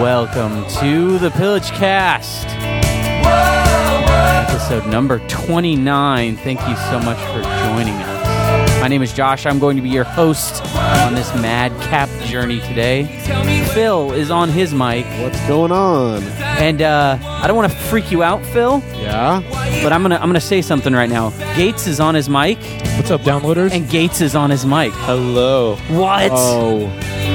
welcome to the Pillage Cast, episode number 29. Thank you so much for joining us. My name is Josh. I'm going to be your host on this madcap journey today. Phil is on his mic, What's going on? and uh, I don't want to freak you out, Phil, Yeah? but I'm gonna I'm gonna say something right now. Gates is on his mic, What's up, downloaders? and Gates is on his mic. Hello. What? Oh,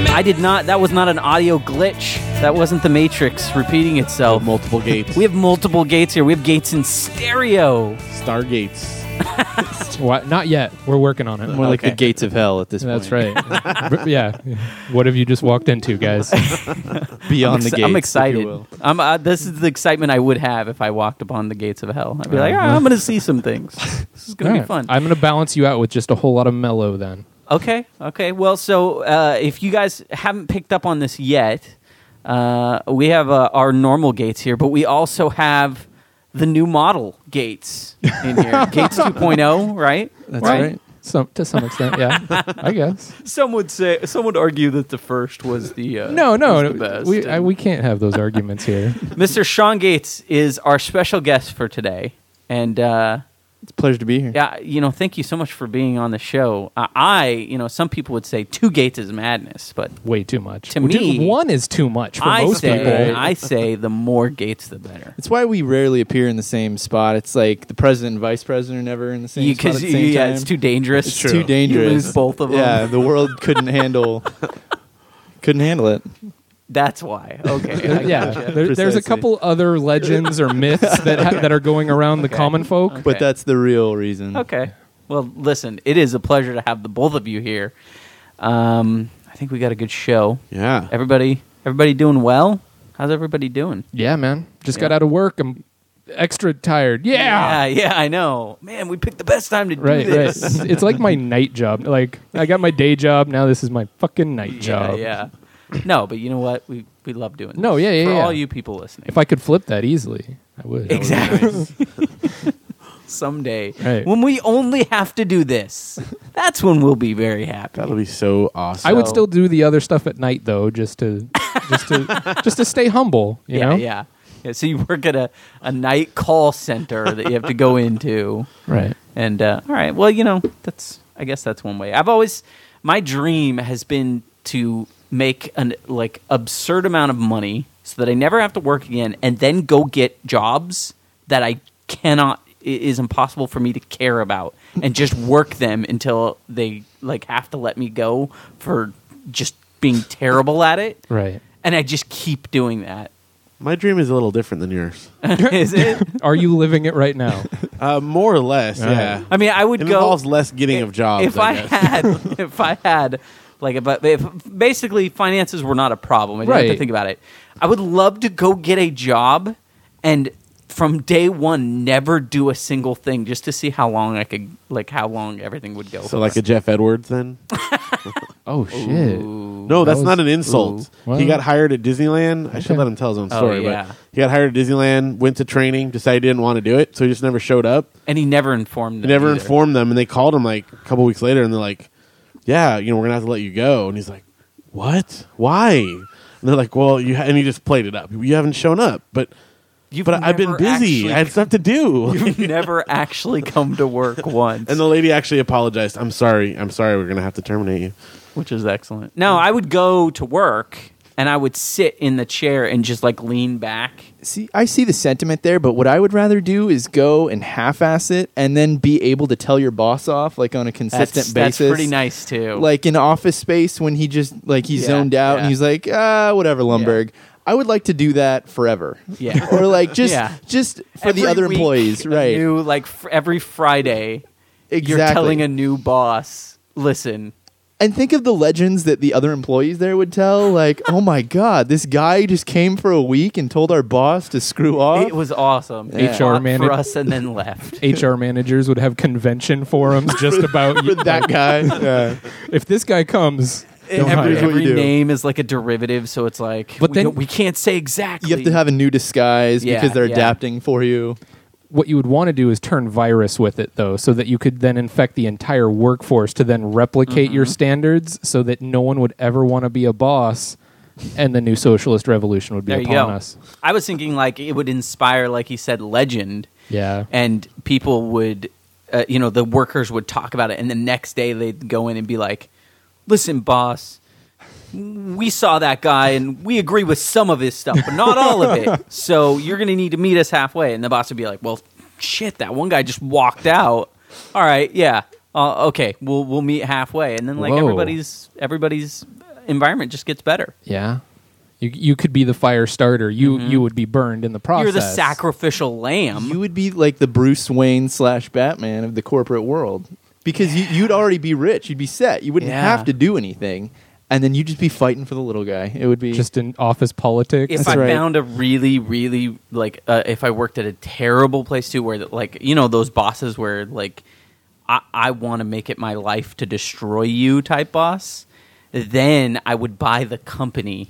I did not. That was not an audio glitch. That wasn't the Matrix repeating itself. multiple gates. We have multiple gates here. We have gates in stereo. Stargates. What? Not yet. We're working on it. More like the Okay. gates of hell at this That's point. right. But yeah. What have you just walked into, guys? right. Beyond the Exci- gates. I'm If excited. you will. I'm, uh, this is the excitement I would have if I walked upon the gates of hell. I'd be like, "Ah, I'm going to see some things. This is going All to right. be fun. I'm gonna balance you out with just a whole lot of mellow then. okay, okay. Well, so uh, if you guys haven't picked up on this yet, uh, we have uh, our normal gates here, but we also have the new model gates in here. gates 2.0, right? That's right. Some to some extent, yeah. I guess. Some would say, some would argue that the first was the uh, No, was no, the best. uh, we I, we can't have those arguments here. Mr. Sean Gates is our special guest for today, and uh, It's a pleasure to be here. yeah, you know, thank you so much for being on the show. Uh, I, you know, some people would say two gates is madness, but Way too much. To Well, dude, me- one is too much for I most say, people. I say, the more gates, the better. It's why we rarely appear in the same spot. It's like the president and vice president are never in the same spot at Because the same yeah, time. it's too dangerous. It's too dangerous. You lose both of them. Yeah, the world couldn't handle couldn't handle it. That's why. Okay. I yeah, gotcha. there, there's Precisely. a couple other legends or myths that ha- that are going around the Okay. common folk. Okay. But that's the real reason. Okay. Well, listen, it is a pleasure to have the both of you here. Um, I think we got a good show. Yeah. Everybody, everybody doing well? How's everybody doing? Yeah, man, just Yeah. got out of work. I'm extra tired. yeah. yeah, yeah, I know. Man, we picked the best time to do Right, right. this. It's, it's like my night job. Like I got my day job, now this is my fucking night Yeah, job. yeah. No, but you know what? We we love doing. No, this yeah, yeah, For yeah. all you people listening, If I could flip that easily, I would. exactly. Someday, Right. when we only have to do this, that's when we'll be very happy. That'll be so awesome. I would So- still do the other stuff at night though, just to just to just to stay humble, you yeah, know? yeah, yeah. So you work at a, a night call center that you have to go into. Right. And uh, all right, well, you know, that's I guess that's one way. I've always my dream has been to make an like absurd amount of money so that I never have to work again, and then go get jobs that I cannot i- is impossible for me to care about, and just work them until they like have to let me go for just being terrible at it, Right. and I just keep doing that. My dream is a little different than yours. is it? Are you living it right now? Uh, more or less, All right. yeah. I mean, I would it go. involves less getting of jobs. if I, guess. had, if I had, like, if, I- if basically finances were not a problem, I didn't have to Right. think about it. I would love to go get a job and from day one never do a single thing just to see how long I could, like, how long everything would go. so, like a Jeff Edwards, then? Oh shit. Ooh. No, That that's was- not an insult. Ooh. He got hired at Disneyland. I should let him tell his own Oh, story, yeah. but he got hired at Disneyland, went to training, decided he didn't want to do it, so he just never showed up. and he never informed He them. never either. informed them, and they called him like a couple weeks later, and they're like, "Yeah, you know, we're gonna have to let you go." And he's like, "What? Why?" And they're like, "Well, you," ha-, and he just played it up. You haven't shown up, but You've but I've been never busy. I had Actually, stuff to do. you've never actually come to work once. and the lady actually apologized. I'm sorry. I'm sorry. We're gonna have to terminate you. which is excellent. No, I would go to work and I would sit in the chair and just like lean back. See, I see the sentiment there, but what I would rather do is go and half-ass it, and then be able to tell your boss off like on a That's, consistent that's basis. pretty nice too. like in office space when he just like he Yeah, zoned out yeah. and he's like ah whatever lumberg i would like to do that forever Yeah. or like just Yeah. just for Every the other week, employees a right New like fr- every Friday, exactly you're telling a new boss, listen, and think of the legends that the other employees there would tell like oh my god this guy just came for a week and told our boss to screw off it was awesome. He Yeah. HR fought man- for us and then left. HR managers would have convention forums just about you. with that guy yeah. if this guy comes, don't every hire Here's what every you do. name is like a derivative, so it's like, But we, then- don't- we can't say exactly. you have to have a new disguise Yeah, because they're yeah. adapting for you what you would want to do is turn virus with it though so that you could then infect the entire Mm-hmm. workforce to then replicate your standards so that no one would ever want to be a boss and the new socialist revolution would be There you upon go. us. I was thinking like it would inspire, like he said, legend, Yeah. and people would, uh, you know, the workers would talk about it, and the next day they'd go in and be like, "Listen, boss." We saw that guy and we agree with some of his stuff, but not all of it. So you're going to need to meet us halfway. And the boss would be like, "Well, shit, that one guy just walked out. All right, yeah, uh, okay, we'll we'll meet halfway." And then like Whoa. everybody's everybody's environment just gets better. Yeah. You you could be the fire starter. You you would be burned in the process. Mm-hmm. You're the sacrificial lamb. You would be like the Bruce Wayne slash Batman of the corporate world because you, you'd already be rich. You'd be set. You wouldn't Yeah. have to do anything, and then you'd just be fighting for the little guy. It would be just in office politics. if That's I right. found a really, really like, uh, if I worked at a terrible place too, where like you know those bosses where like I, I want to make it my life to destroy you type boss, then I would buy the company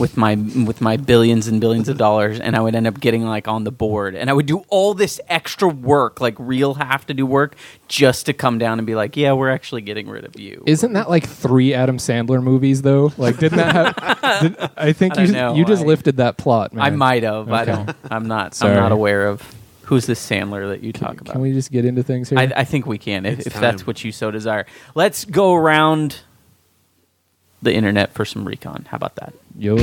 with my with my billions and billions of dollars, and I would end up getting like on the board, and I would do all this extra work, like real have to do work, just to come down and be like, yeah, we're actually getting rid of you. Isn't that like three Adam Sandler movies though? Like, didn't that have? did, I think I you don't know. you just I- lifted that plot, man. I might have. I Okay. don't. I'm not. Sorry. I'm not aware of who's this Sandler that you talk about. Can we just get into things here? I, I think we can if, It's if time. that's what you so desire. Let's go around the internet for some recon. How about that? Yo.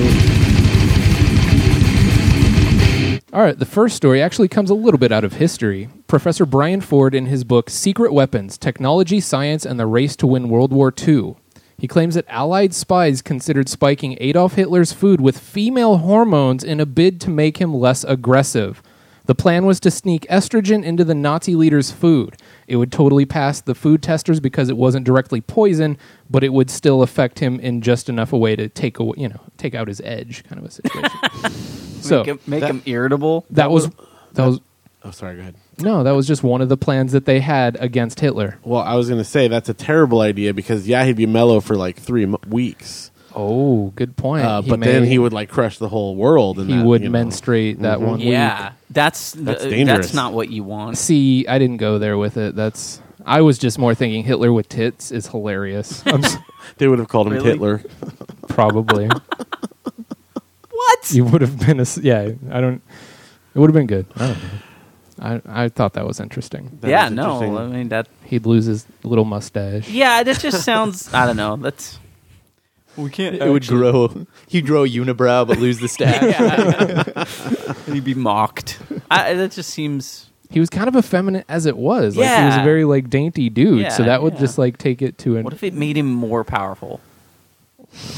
All right, the first story actually comes a little bit out of history. Professor Brian Ford, in his book Secret Weapons Technology, Science, and the Race to Win World War II, he claims that Allied spies considered spiking Adolf Hitler's food with female hormones in a bid to make him less aggressive. The plan was to sneak estrogen into the Nazi leader's food. It would totally pass the food testers because it wasn't directly poison, but it would still affect him in just enough a way to take away, you know, take out his edge, kind of a situation. so make him, make him irritable. that was that was Oh, sorry. Go ahead. no, that was just one of the plans that they had against Hitler. Well, I was going to say that's a terrible idea because yeah, he'd be mellow for like three m- weeks, Oh, good point. uh, He but may- then he would like crush the whole world. And he would menstruate that one Yeah, week. that's That's the- uh, dangerous. That's not what you want. See, I didn't go there with it. That's I was just more thinking Hitler with tits is hilarious. I'm s- They would have called him Really? Hitler. probably What? you would have been a s- yeah. I don't. It would have been good. I don't know. I, I thought that was interesting. That yeah, is no. interesting. I mean that. He'd lose his little mustache. Yeah, that just sounds. I don't know. That's. We can't. it would grow. He'd grow a unibrow but lose the staff. He'd be mocked. I, that just seems. He was kind of effeminate as it was. Like he was a Yeah. very like dainty dude. so Yeah, that would yeah. just like take it to an. What if it made him more powerful?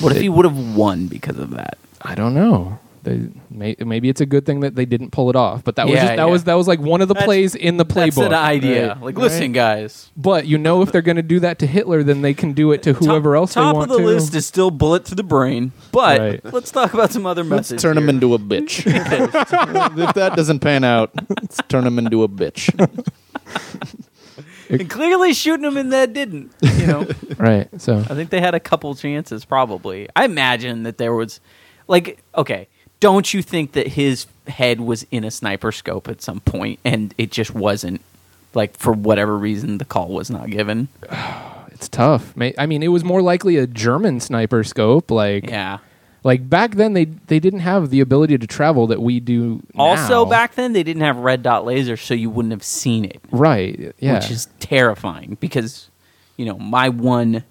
What if he would have won because of that? I don't know. They may, maybe it's a good thing that they didn't pull it off, but that was Yeah, just, that yeah. was that was like one of the That's- plays in the playbook. That's an idea. right? Like, listen, guys. But you know, if they're going to do that to Hitler, then they can do it to whoever top, else top they want of the to. list is still bullet to the brain, but Right. let's talk about some other Let's methods. turn him here. into a bitch. if that doesn't pan out, let's turn him into a bitch. And clearly, shooting him in that didn't. You know, right. So I think they had a couple chances. Probably, I imagine that there was, like, okay, don't you think that his head was in a sniper scope at some point, and it just wasn't, like, for whatever reason, the call was not given. it's tough. May, I mean, it was more likely a German sniper scope. Like, Yeah. like back then they they didn't have the ability to travel that we do. Also, now. back then they didn't have red dot laser, so you wouldn't have seen it. right? Yeah. which is terrifying because you know my one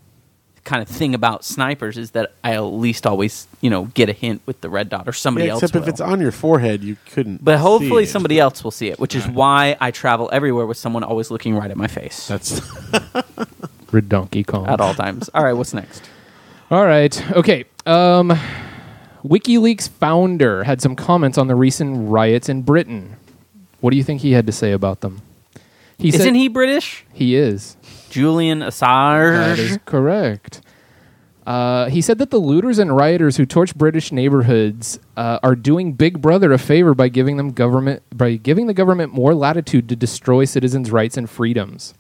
kind of thing about snipers is that I at least always you know get a hint with the red dot or somebody Yeah, else. except will. if it's on your forehead, you couldn't. but hopefully see it. somebody else will see it, which is why I travel everywhere with someone always looking right at my face That's Redonkey Kong. at all times. all right, what's next? All right. Okay. Um, WikiLeaks founder had some comments on the recent riots in Britain. What do you think he had to say about them? He Isn't he British? He is. Julian That is Assange. correct. Uh, he said that the looters and rioters who torch British neighborhoods uh, are doing Big Brother a favor by giving them government by giving the government more latitude to destroy citizens' rights and freedoms.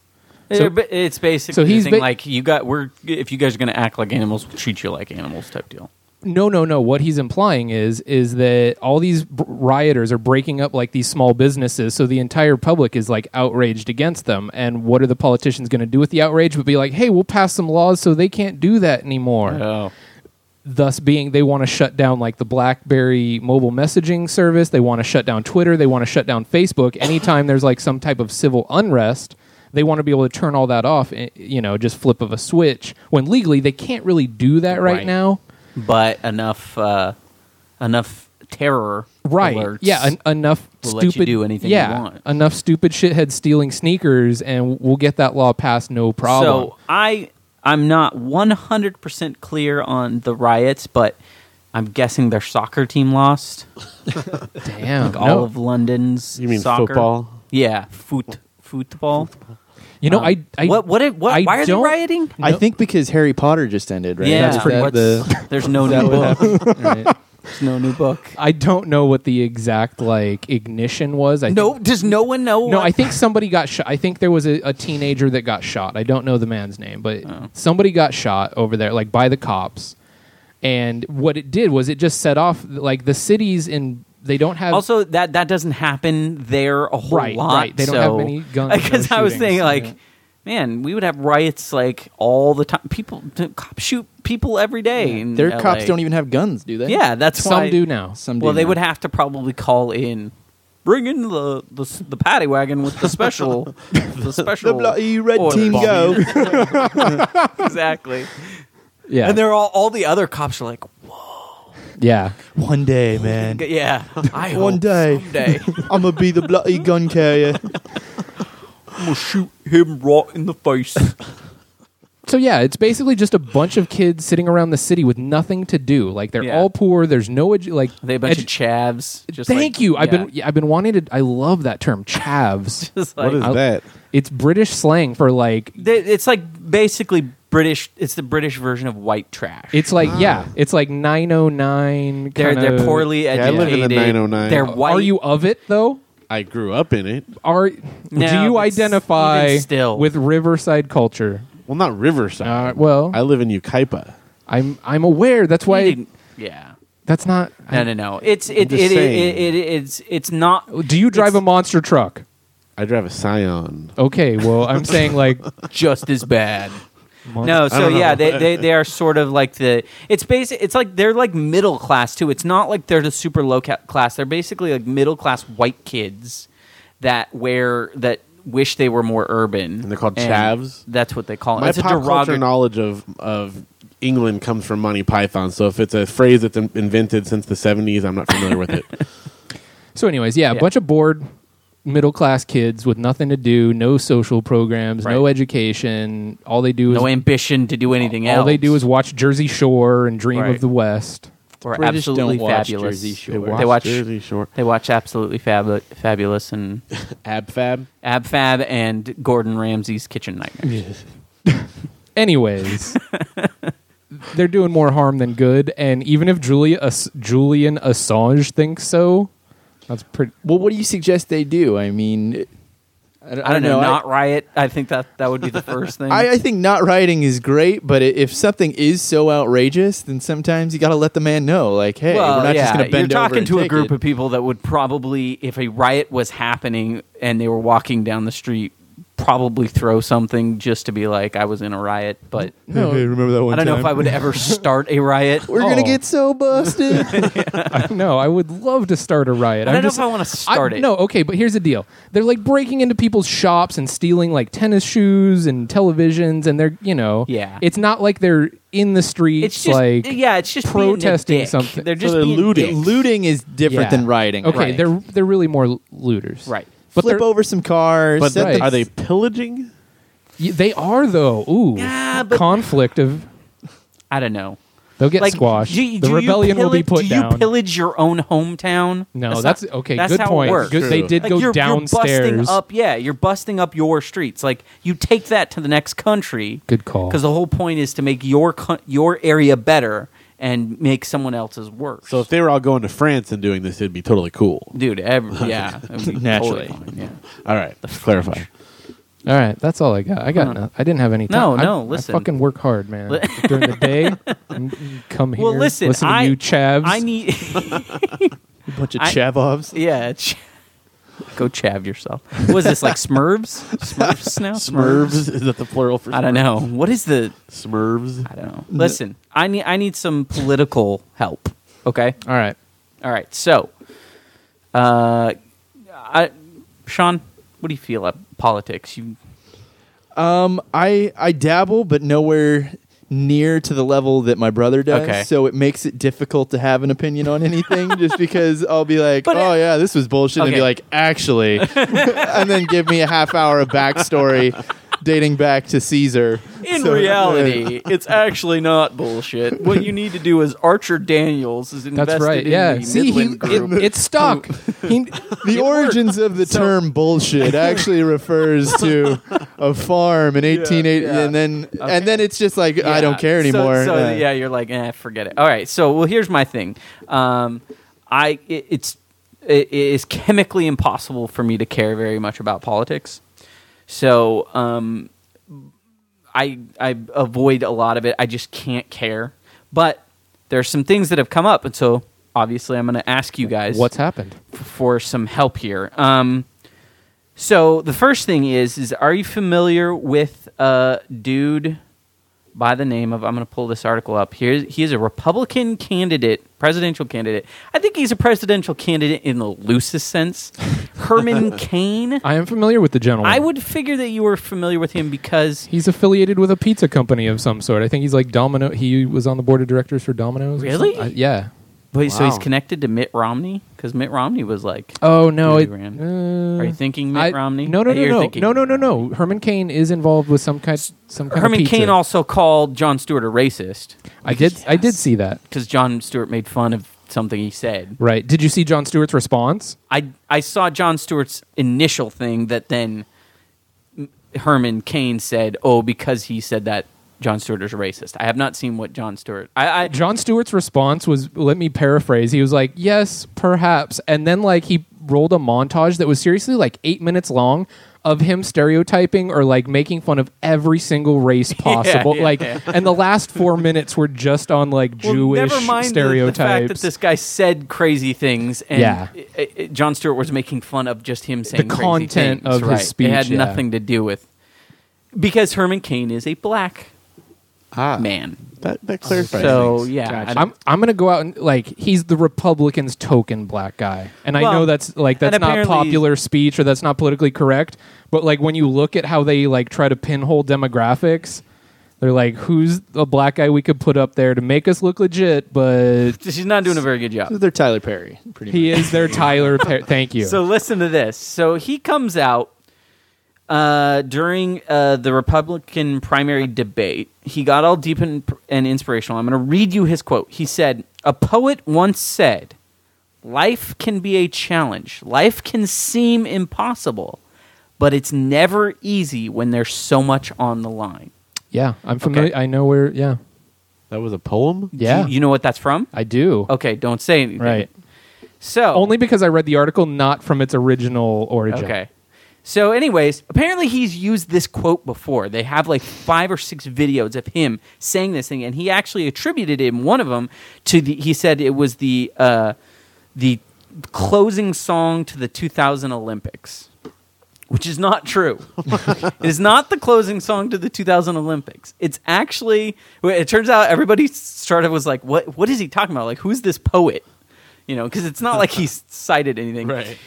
So- They're- Eh, it's basically so he's a thing ba- like you got we're if you guys are going to act like animals, we'll treat you like animals type deal. No, no, no. What he's implying is is that all these b- rioters are breaking up like these small businesses, so the entire public is like outraged against them. And what are the politicians going to do with the outrage? But be like, hey, we'll pass some laws so they can't do that anymore. thus being they want to shut down like the blackberry mobile messaging service they want to shut down twitter they want to shut down facebook anytime there's like some type of civil unrest they want to be able to turn all that off eh, you know just flip of a switch when legally they can't really do that right, Right. now but enough uh, enough terror right alerts. yeah en- enough will let you stupid do anything you yeah want. enough stupid shithead stealing sneakers and we'll get that law passed no problem So I I'm not 100 percent clear on the riots, but I'm guessing their soccer team lost. damn Like all no. of London's. You mean soccer. football? Yeah, foot football. you know Um, I, I what what, what I why are they don't- rioting? I think because Harry Potter just ended, right? Yeah, That's pretty what's- much the. there's no new book. There's no new book. I don't know what the exact like ignition was. I No, think, does no one know? no. what- I think somebody got shot. I think there was a, a teenager that got shot. I don't know the man's name, but Oh. somebody got shot over there, like by the cops. And what it did was it just set off like the cities in they don't have also that that doesn't happen there a whole Right, lot. right. They don't have many guns, no Because I was shootings, saying like, yeah. man, we would have riots like all the time. People the cops shoot people every day. in Their LA. cops don't even have guns, do they? Yeah, that's some why, do now. Some well, do they now. would have to probably call in. Bring in the the, s- the paddy wagon with the special, the special bloody red oil team bomb. go. exactly. yeah And they're all all the other cops are like, yeah One day, man. yeah, I One hope day. someday I'm gonna be the bloody gun carrier. I'm gonna shoot him right in the face. So yeah, it's basically just a bunch of kids sitting around the city with nothing to do. Like they're Yeah. all poor. There's no edu- like They a bunch edu- of chavs. Just Thank like- you. I've yeah. been yeah, I've been wanting to. I love that term, chavs. Just What like- is I'll- that? it's British slang for like They- it's like basically British. It's the British version of white trash. It's like yeah, it's like 909 they're kinda- they're poorly I educated. live in the 909. They're Are white. Are you of it though? I grew up in it. Are do No, you but s- identify even still. with Riverside culture? Well, not Riverside. Uh, well, I live in Ukaipa. I, am I'm aware. That's You why didn't- yeah. that's not. No, no, no. It's it it, just it, saying. it, it it's it's not. Do you drive It's- a monster truck? I drive a Scion. Okay, well, I'm saying like just as bad. No, so yeah, they, they they are sort of like the it's basic. It's like they're like middle class too. It's not like they're the super low ca- class. They're basically like middle class white kids that wear that wish they were more urban. And they're called chavs? That's what they call it. My it's a pop culture derogatory. knowledge of of England comes from Monty Python. So if it's a phrase that's in- invented since the seventies, I'm not familiar with it. so. Anyways, yeah, a Yeah. bunch of bored middle class kids with nothing to do, no social programs, no Right. education. All they do is no ambition to do anything else. all they do is watch Jersey Shore and dream Right. of the West. Or British don't absolutely watch fabulous. Jersey Shore. They They watch. Jersey Shore, They watch absolutely Fab- fabulous and Ab Fab. Ab Fab and Gordon Ramsay's Kitchen Nightmare. Anyways, they're doing more harm than good, and even if Julia Ass- Julian Assange thinks so, that's pretty. Well, what do you suggest they do? I mean, I don't, I don't know. I- Not riot. I think that that would be the first thing. I, I think not writing is great, but i- if something is so outrageous, then sometimes you got to let the man know, like, hey, well, we're not yeah, just going to bend you're over talking and to a take group it. of people that would probably, if a riot was happening and they were walking down the street, probably throw something just to be like, "I was in a riot." But No. Hey, remember that I one don't know if I would ever start a riot. We're gonna Oh. get so busted. I know. I would love to start a riot. I I'm don't know just- if I want to start I- it. No, okay, but here's the deal. They're like breaking into people's shops and stealing like tennis shoes and televisions, and they're you know, Yeah. It's not like they're in the streets, it's just like yeah, it's just being a protesting dick. something. They're So just they're being looting. dicks. Looting is different Yeah. than rioting. Okay, Right. they're they're really more lo- looters, Right. But flip they're- over some cars. But set Right. the- are they pillaging? Y- they are though. Ooh, Yeah, but- conflict of I don't know. they'll get like squashed. do you- the do you rebellion will be pillage- put do down. you pillage your own hometown? no, not- that's, okay. that's good how it point. works. Good- they True. did Like, go you're, downstairs. You're busting up, yeah, you're busting up your streets. Like you take that to the next country. Good call. Because the whole point is to make your co- your area better and make someone else's worse. So if they were all going to France and doing this, it'd be totally cool. dude, every, yeah, it would be Naturally. totally fine, yeah. All right, clarify. All right, that's all I got. I got. No, I didn't have any. Time. No, I- no, I, listen. fucking work hard, man. During the day, and come here. Well, listen, listen to I you chavs. I need, a bunch of I- Chavovs. yeah, ch- Go chav yourself. What is this like Smurfs? Smurfs now? Smurfs is that the plural for? I don't know. What is the? Smurfs. I don't know. Listen, I need I need some political help. Okay. All right. All right. So, uh, I, Sean, what do you feel about politics? You Um, I I dabble, but nowhere near to the level that my brother does. Okay. So it makes it difficult to have an opinion on anything, just because I'll be like, But "Oh it- yeah, this was bullshit," and Okay. be like, "Actually," and then give me a half hour of backstory dating back to Caesar. In So- uh, uh, reality, it's actually not bullshit. What you need to do is Archer Daniels is invested That's right. in Yeah. the See, he, Midland Group. it, it's stuck. He, The origins of the term bullshit actually refers to a farm in 1880, yeah. and then and then it's just like I don't care Yeah. So- anymore. So, Yeah. yeah. you're like, eh, forget it. All right. So, well, here's my thing. Um, I it, it's it, it is chemically impossible for me to care very much about politics. So, um, I I avoid a lot of it. I just can't care. But there's some things that have come up, and so obviously I'm going to ask you guys what's happened? for some help here. Um, so the first thing is is are you familiar with a dude by the name of I'm going to pull this article up here. He is a Republican candidate, presidential candidate. I think he's a presidential candidate in the loosest sense. Herman Cain. I am familiar with the gentleman. I would figure that you were familiar with him because He's affiliated with a pizza company of some sort. I think he's like Domino. He was on the board of directors for Domino's. or Really? something. I- yeah. wait, so he's Wow. connected to Mitt Romney because Mitt Romney was like. Oh no! Dude, it- he ran. uh, Are you thinking Mitt I- Romney? No, no, Uh, no, you're no, thinking- no, no, no, no. Herman Cain is involved with some kind, some kind Herman of pizza. Cain also called John Stewart a racist. I did, I did see that. because John Stewart made fun of something he said. Right? Did you see John Stewart's response? I I saw John Stewart's initial thing that then M- Herman Cain said, "Oh, because he said that John Stewart is a racist." I have not seen what John Stewart. I, I John Stewart's response was, let me paraphrase. He was like, "Yes, perhaps," and then like he rolled a montage that was seriously like eight minutes long of him stereotyping or like making fun of every single race possible. yeah, like, yeah. and the last four minutes were just on like Well, Jewish never mind the- stereotypes. The, fact that this guy said crazy things, and Yeah. i- i- i- John Stewart was making fun of just him saying crazy content things, of his right. It had speech, yeah. nothing to do with because Herman Cain is a black Ah, man. That that clarifies. So things. yeah, I- I'm I'm gonna go out and like he's the Republicans' token black guy, and I Well, know that's like that's and not apparently- popular speech or that's not politically correct, but like when you look at how they like try to pinhole demographics, they're like, who's the black guy we could put up there to make us look legit? But she's not doing a very good job. They're Tyler Perry. Pretty he is their Tyler. Perry. Thank you. So listen to this. So he comes out uh, during uh, the Republican primary debate. He got all deep and, and inspirational. I'm going to read you his quote. He said, "A poet once said, life can be a challenge. Life can seem impossible, but it's never easy when there's so much on the line." yeah, I'm familiar. I know where. Yeah, that was a poem. Do yeah, you, you know what that's from? I do. Okay, don't say anything. Right. So Only because I read the article, not from its original origin. Okay. So, anyways, apparently he's used this quote before. They have like five or six videos of him saying this thing, and he actually attributed it in one of them to the. He said it was the uh, the closing song to the 2000 Olympics, which is not true. it is not the closing song to the 2000 Olympics. It's actually. It turns out everybody started was like, "What? What is he talking about? Like, who's this poet?" You know, because it's not like he cited anything. Right.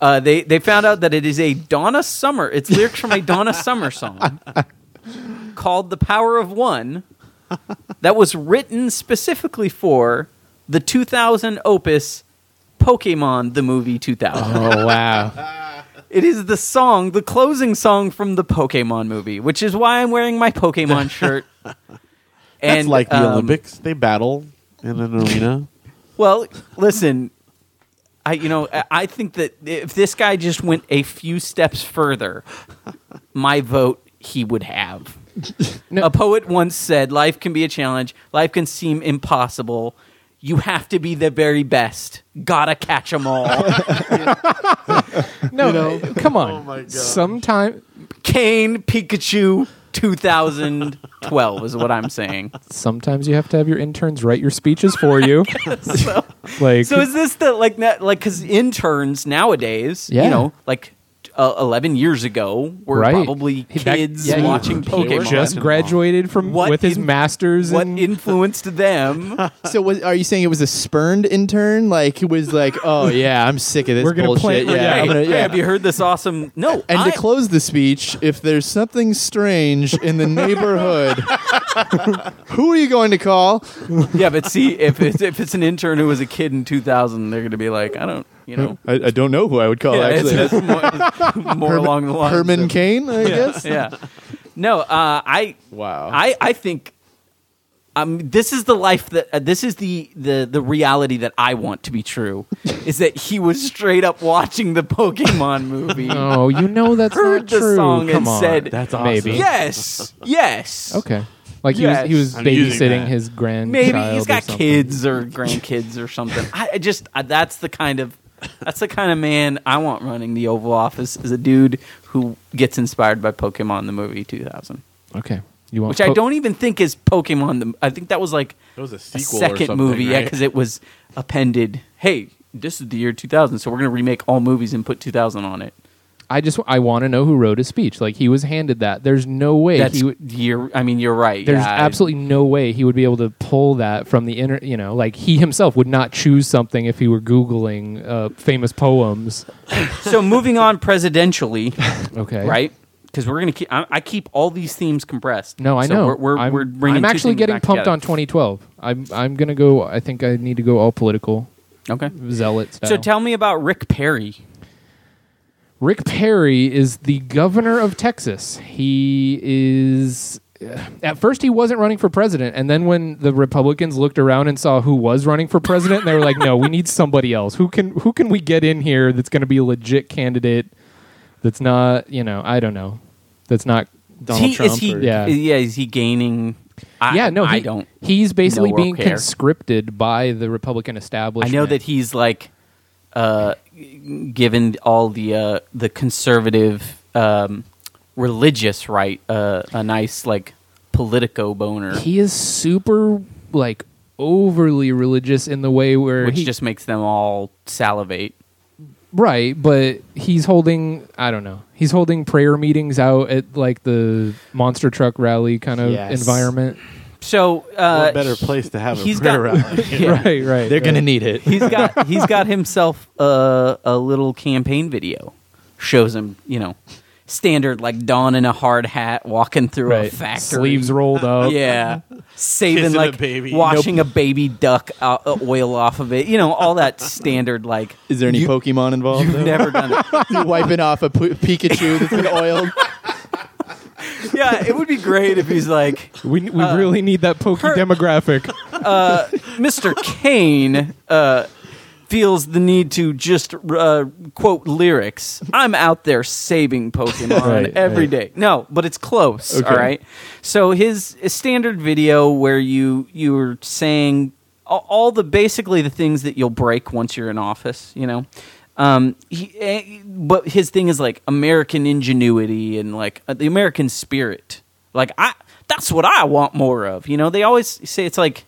Uh, they they found out that it is a Donna Summer. It's lyrics from a Donna Summer song called "The Power of One," that was written specifically for the 2000 opus Pokemon: The Movie 2000. Uh-huh. Oh wow. It is the song, the closing song from the Pokemon movie, which is why I'm wearing my Pokemon shirt. And That's like the um, Olympics. They battle in an arena. Well, listen, I you know I- I think that if this guy just went a few steps further, my vote he would have. No. A poet once said, "Life can be a challenge. Life can seem impossible. You have to be the very best. Gotta catch 'em all." No, come on. my gosh. Oh, Sometime Kane, Pikachu, 2012 is what I'm saying. Sometimes you have to have your interns write your speeches for you. like So is this the like na- like because interns nowadays, Yeah. you know, like uh, 11 years ago, were Right. probably He- that- kids yeah, he- watching they were Pokemon. just graduated from What with his in- masters what in- influenced them? So, was, are you saying it was a spurned intern? Like, it was like, oh yeah, I'm sick of this We're gonna bullshit. play- yeah, yeah. I'm gonna- Hey, yeah. Have you heard this awesome? No, And I, to close the speech, if there's something strange in the neighborhood, who are you going to call? yeah, but see, if it's if it's an intern who was a kid in 2000, they're going to be like, I don't, you know, I, I don't know who I would call. yeah, it's- actually, it's Oh, more, more along the lines. Herman of- Cain, I guess. yeah, no, uh, I Wow. I I think um this is the life that uh, this is the the the reality that I want to be true is that he was straight up watching the Pokemon movie. Oh, you know that's Heard not the true. song Come and on. said- That's awesome. Maybe. Yes. Yes. Okay. Like Yes. he was, he was I'm using babysitting that. his grandchild. Maybe he's or got something. kids or grandkids or something. I, I just I, that's the kind of that's the kind of man I want running the Oval Office is a dude who gets inspired by Pokemon the movie 2000, Okay. You want which I po- don't even think is Pokemon. The, I think that was like It was a a sequel. or second something, movie, yeah, right? because it was appended. Hey, this is the year 2000, so we're gonna remake all movies and put 2000 on it. I just I want to know who wrote his speech. Like he was handed that. There's no way That's he would. you're. I mean, you're right. There's Yeah, I- absolutely no way he would be able to pull that from the inner. You know, like he himself would not choose something if he were googling uh, famous poems. so moving on presidentially, Okay. right? Because we're gonna keep. I, I keep all these themes compressed. No, I So know. We're we're, I'm, we're bringing. I'm two actually things getting back pumped together. on 2012. I'm I'm gonna go. I think I need to go all political Okay. zealot. Style. So tell me about Rick Perry. Rick Perry is the governor of Texas. He is. uh, At first, he wasn't running for president, and then when the Republicans looked around and saw who was running for president, they were like, "No, we need somebody else. Who can who can we get in here that's going to be a legit candidate? That's not you know I don't know. That's not Donald Is he- Trump. Is he, or- yeah. yeah, Is he gaining? I, yeah. No, I he- don't. He's basically know or being care. conscripted by the I Republican establishment. know that he's like, uh, given all the uh, the conservative um, religious right, uh, a nice like politico boner, he is super like overly religious in the way where which he, just makes them all salivate. Right, but he's holding I don't know. He's holding prayer meetings out at like the monster truck rally kind of Yes. environment. So uh, What better place to have he's a prayer got- rally? Yeah. Right, right. They're right. gonna need it. he's got he's got himself a, a little campaign video. Shows him, you know, standard like don in a hard hat, walking through a right. factory, sleeves rolled up. yeah, saving Kissing a like baby. washing a baby duck out, uh, oil off of it, you know, all that standard like. Is there any Pokemon involved? You've though? never done it. You're wiping off a P- Pikachu that's been oiled. Yeah, it would be great if he's like, We we really need that pokey Uh, her- demographic. Mr. Kane uh, feels the need to just uh, quote lyrics. I'm out there saving Pokemon Right, every right. day. No, but it's close. Okay. All right. So his standard video where you you were saying a- all the basically the things that you'll break once you're in office. You know. Um, he, eh, but his thing is like American ingenuity and like uh, the American spirit. Like I, that's what I want more of. You know, they always say it's like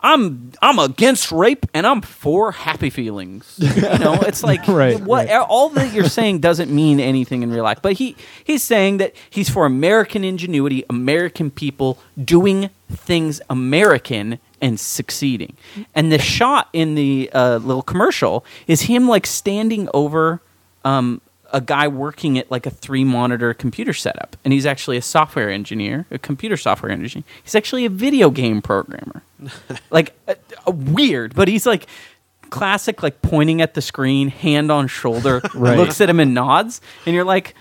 I'm I'm against rape and I'm for happy feelings. You know, it's like Right, what all that you're saying doesn't mean anything in real life. But he he's saying that he's for American ingenuity, American people doing things American and succeeding. And the shot in the uh, little commercial is him like standing over um, a guy working at like a three monitor computer setup, and he's actually a software engineer, a computer software engineer. He's actually a video game programmer like uh, uh, weird, but he's like classic, like pointing at the screen, hand on shoulder, Right. looks at him and nods, and you're like,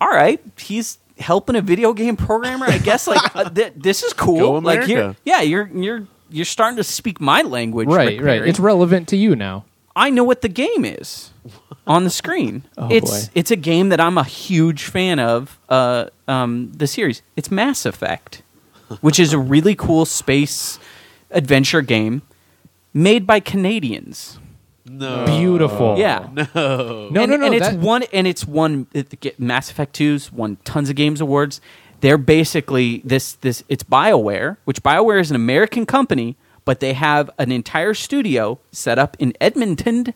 all right, he's helping a video game programmer, I guess. Like uh, th- this is cool. Go like you're, America. yeah, you're you're you're starting to speak my language, right, Rick right. Perry. It's relevant to you now. I know what the game is on the screen. it's boy. it's a game that I'm a huge fan of. Uh, um, the series. It's Mass Effect, which is a really cool space adventure game made by Canadians. no. Beautiful. yeah. No, no, and, no. And that- it's one. And it's one. It, get- Mass Effect 2's won tons of games awards. they're basically this this it's BioWare, which BioWare is an American company, but they have an entire studio set up in Edmonton,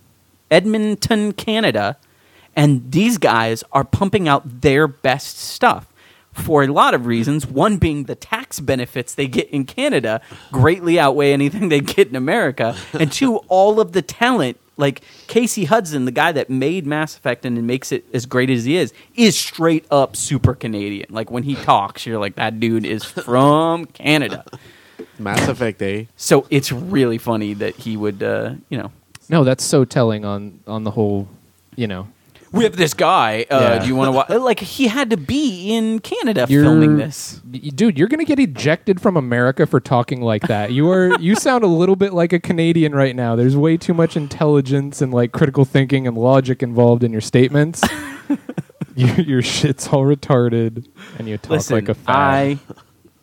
Edmonton, Canada, and these guys are pumping out their best stuff for a lot of reasons, one being the tax benefits they get in Canada greatly outweigh anything they get in America, and two, all of the talent like Casey Hudson, the guy that made Mass Effect and makes it as great as he is, is straight up super Canadian. Like when he talks, you're like, that dude is from Canada. Mass Effect, eh? So it's really funny that he would, uh, you know, No, that's so telling on on the whole, you know. we have this guy. Uh, Yeah. Do you want to watch? Like he had to be in Canada You're- filming this. Y- Dude, you're going to get ejected from America for talking like that. You are you sound a little bit like a Canadian right now. There's way too much intelligence and like critical thinking and logic involved in your statements. you, your shit's all retarded and you talk Listen, like a foul. I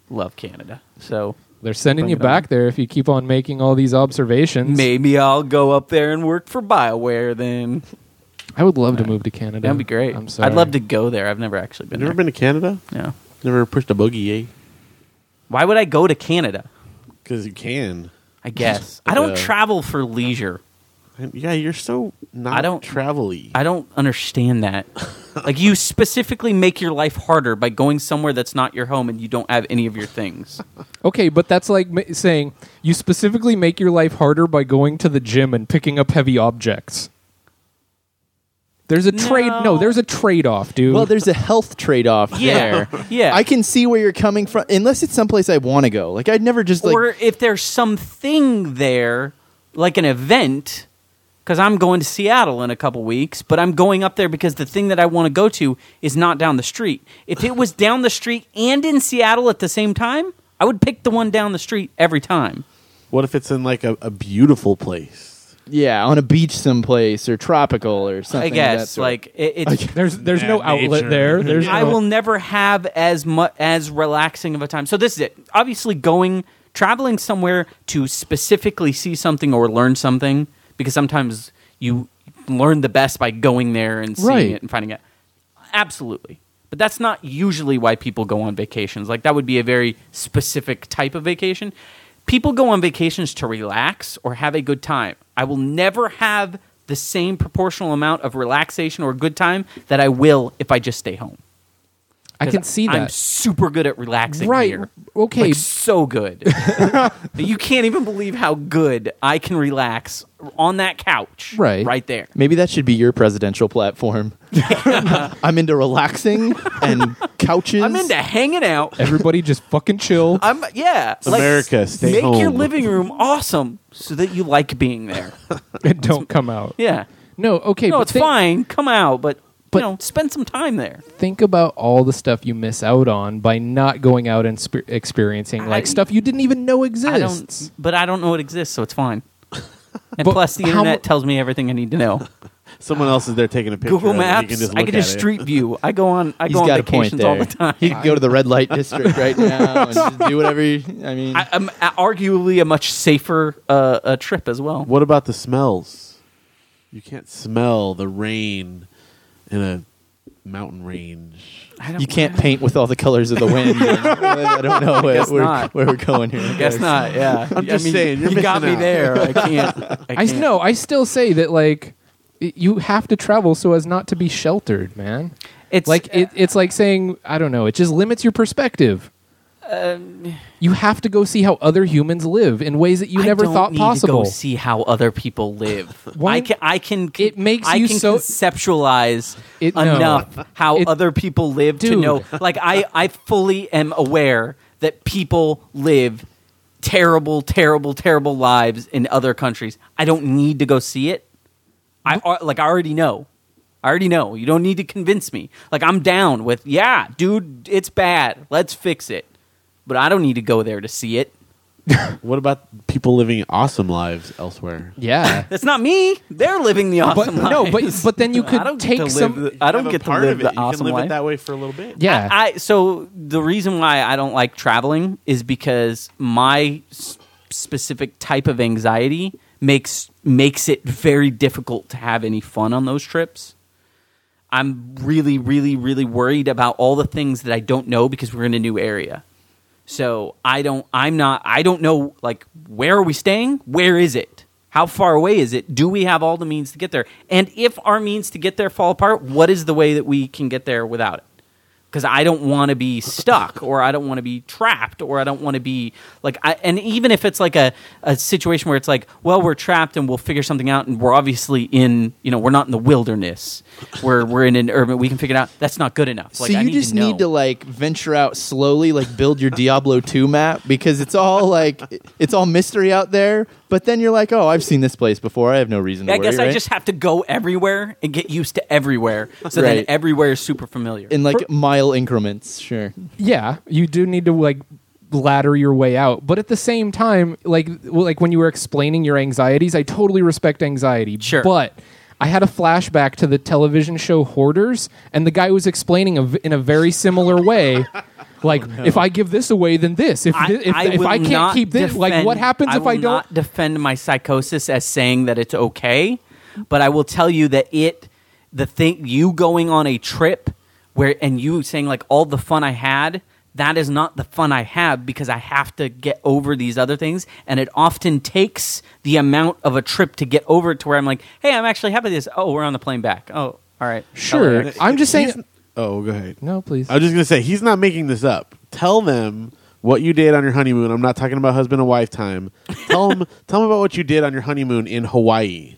love Canada, so They're sending Bring you it back on. there if you keep on making all these observations. maybe I'll go up there and work for Bioware. Then I would love to move to Canada. that'd be great. I'm sorry. I'd love to go there. I've never actually been Never there. been to Canada? no. Never pushed a boogie, eh? Why would I go to Canada? Because you can. I guess I don't Yeah. travel for leisure. And yeah, you're so not I don't- travel-y. I don't understand that. like you specifically make your life harder by going somewhere that's not your home and you don't have any of your things. Okay, but that's like ma- saying you specifically make your life harder by going to the gym and picking up heavy objects. There's a trade. No, No. there's a trade-off, dude. Well, there's a health trade off Yeah, there. yeah. I can see where you're coming from, unless it's someplace I want to go. Like, I'd never just, like, or if there's something there, like an event, because I'm going to Seattle in a couple weeks, but I'm going up there because the thing that I want to go to is not down the street. If it was down the street and in Seattle at the same time, I would pick the one down the street every time. What if it's in like a, a beautiful place? yeah, on a beach someplace or tropical or something. I of that guess sort. like it, it's. there's there's no Bad nature. outlet there. There's I no- will never have as much as relaxing of a time. So this is it. Obviously, going traveling somewhere to specifically see something or learn something, because sometimes you learn the best by going there and seeing Right. it and finding it. Absolutely, but that's not usually why people go on vacations. Like that would be a very specific type of vacation. People go on vacations to relax or have a good time. I will never have the same proportional amount of relaxation or good time that I will if I just stay home. I can see that. I'm super good at relaxing Right, here. okay. Like, so good. you can't even believe how good I can relax on that couch. Right. Right there. Maybe that should be your presidential platform. I'm into relaxing and couches. I'm into hanging out. Everybody just fucking chill. I'm yeah. like, America, stay Make your home. living room awesome so that you like being there. and don't come out. Yeah. No, okay. No, but it's thi- fine. Come out, but, But- you know, spend some time there. Think about all the stuff you miss out on by not going out and spe- experiencing like I- stuff you didn't even know I exists. don't but I don't know it exists, so it's fine. And But plus the how internet mu- tells me everything I need to know. Someone else is there taking a picture. Ah, Google of it. You Maps. I can look just at it. street view. I go on. I He's go on got a point vacations there. all the time. He could go to the red light district right now and just do whatever. He, I mean, I, I'm a- arguably a much safer uh, uh trip as well. What about the smells? You can't smell the rain in a mountain range. I don't, you can't paint with all the colors of the wind. I don't know where, Guess where, not. where we're going here. Guess not. Yeah, I'm just saying, you're you got missing me out. there. I can't. I, I can't. no, I still say that like y- you have to travel so as not to be sheltered, man. It's like it, it's like saying I don't know. It just limits your perspective. you have to go see how other humans live in ways that you Um, I never don't thought need possible. To go see how other people live. Why- I can. I can. It makes I you can so- conceptualize It- no. enough how It- other people live to Dude. know. Like I, I fully am aware that people live terrible, terrible, terrible lives in other countries. I don't need to go see it. I al- like. I already know. I already know. You don't need to convince me. Like I'm down with. Yeah, dude, it's bad. Let's fix it. But I don't need to go there to see it. What about people living awesome lives elsewhere? yeah. That's not me. They're living the But awesome life. no, but but then you could I don't take get to some. Live the, I don't Have a get to part live of it. the you awesome can live life. it that way for a little bit. yeah, I, so the reason why I don't like traveling is because my s- specific type of anxiety makes makes it very difficult to have any fun on those trips. I'm really, really, really worried about all the things that I don't know because we're in a new area. So I don't, I'm not, I don't know, like, where are we staying? Where is it? How far away is it? Do we have all the means to get there? And if our means to get there fall apart, what is the way that we can get there without it? Because I don't want to be stuck, or I don't want to be trapped, or I don't want to be like, I, and even if it's like a, a situation where it's like, well, we're trapped and we'll figure something out, and we're obviously in, you know, we're not in the wilderness, we're, we're in an urban, we can figure it out. That's not good enough. Like, so you I need just to know. need to like venture out slowly, like build your Diablo 2 map because it's all like it's all mystery out there. But then you're like, oh, I've seen this place before. I have no reason to I worry. guess I right? just have to go everywhere and get used to everywhere. So then Right. everywhere is super familiar. in like mile increments. Sure. yeah, you do need to like ladder your way out, but at the same time, like well, like when you were explaining your anxieties, I totally respect anxiety. Sure. but I had a flashback to the television show Hoarders, and the guy was explaining a v in a very similar way. Like if I give this away, then this. If Oh, I, thi- if, I if will I can't not keep this, like defend- what happens if will I don't? not defend my psychosis as saying that it's okay? But I will tell you that it, the thing, you going on a trip where and you saying like all the fun I had, that is not the fun I have because I have to get over these other things, and it often takes the amount of a trip to get over it to where I'm like, hey, I'm actually happy with this. Oh, we're on the plane back. Oh, all right, Sure. LAX. I'm just saying. He's- Oh, go ahead. No, please. I was just gonna say he's not making this up. Tell them what you did on your honeymoon. I'm not talking about husband and wife time. Tell them, tell them about what you did on your honeymoon in Hawaii.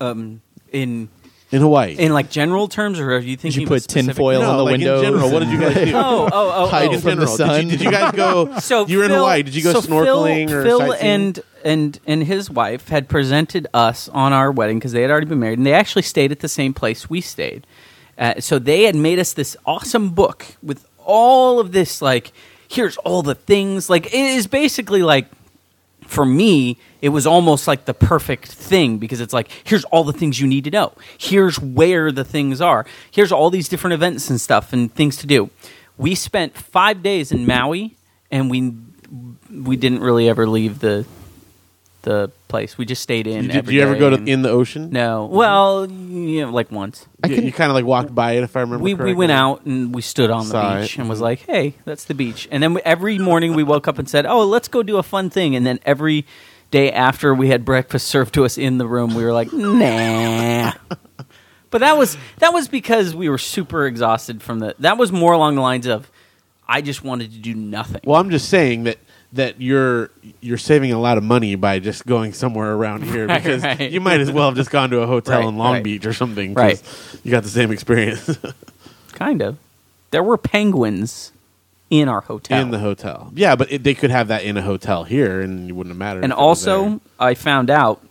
um, in In Hawaii, in like general terms, or are you Did thinking you of a put tin specific- foil no, on the like window? in general, what did you guys do? Oh, oh, oh, Hide oh. from the Did you- sun. Did you, guys go? So you were in Phil- Hawaii. Did you go so Phil- snorkeling or Phil sightseeing? and and and his wife had presented us on our wedding because they had already been married, and they actually stayed at the same place we stayed. Uh, so they had made us this awesome book with all of this, like here's all the things. Like it is basically like for me, it was almost like the perfect thing because it's like, here's all the things you need to know. Here's where the things are. Here's all these different events and stuff and things to do. We spent five days in Maui and we we didn't really ever leave the the place. We just stayed in. You did, every did you ever day go to and- in the ocean? No. Well, you know, like once. You, you kind of like walked by it, if I remember. We, we correctly. went out and we stood on the Saw beach it. Mm-hmm. and was like, hey, that's the beach. And then we, every morning we woke up and said, oh, let's go do a fun thing. And then every day after we had breakfast served to us in the room, we were like, nah. but that was that was because we were super exhausted from the. That was more along the lines of, I just wanted to do nothing. Well, I'm just saying that that you're you're saving a lot of money by just going somewhere around here Right, because right. you might as well have just gone to a hotel Right, in Long right. Beach or something. 'cause Right. You got the same experience Kind of. There were penguins in our hotel. in the hotel. Yeah, but it, they could have that in a hotel here, and it wouldn't have mattered. And if it was there. also, I found out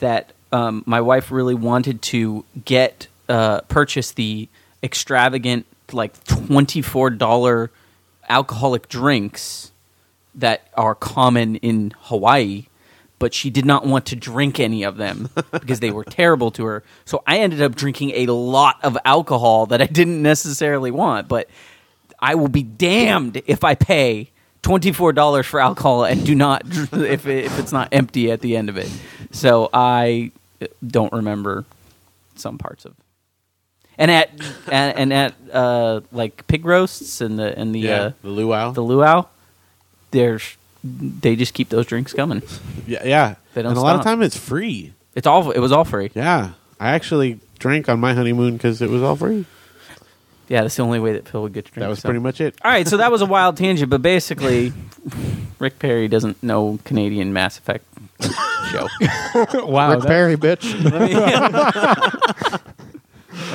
that um, my wife really wanted to get uh, purchase the extravagant, like twenty four dollar alcoholic drinks that are common in Hawaii. But she did not want to drink any of them because they were terrible to her. So I ended up drinking a lot of alcohol that I didn't necessarily want. But I will be damned if I pay twenty four dollars for alcohol and do not if it, if it's not empty at the end of it. So I don't remember some parts of. And at and, and at uh, like pig roasts and the and the yeah, uh, the luau. the luau, there's they just keep those drinks coming. yeah, yeah. They don't and a lot of stop. time it's free. It's all it was all free. Yeah, Yeah, I actually drank on my honeymoon because it was all free. that's the only way that Phil would get to drink. That was so. pretty much it. All right, so that was a wild tangent, but basically, Rick Perry doesn't know Canadian Mass Effect show. wow, that- Perry, bitch. there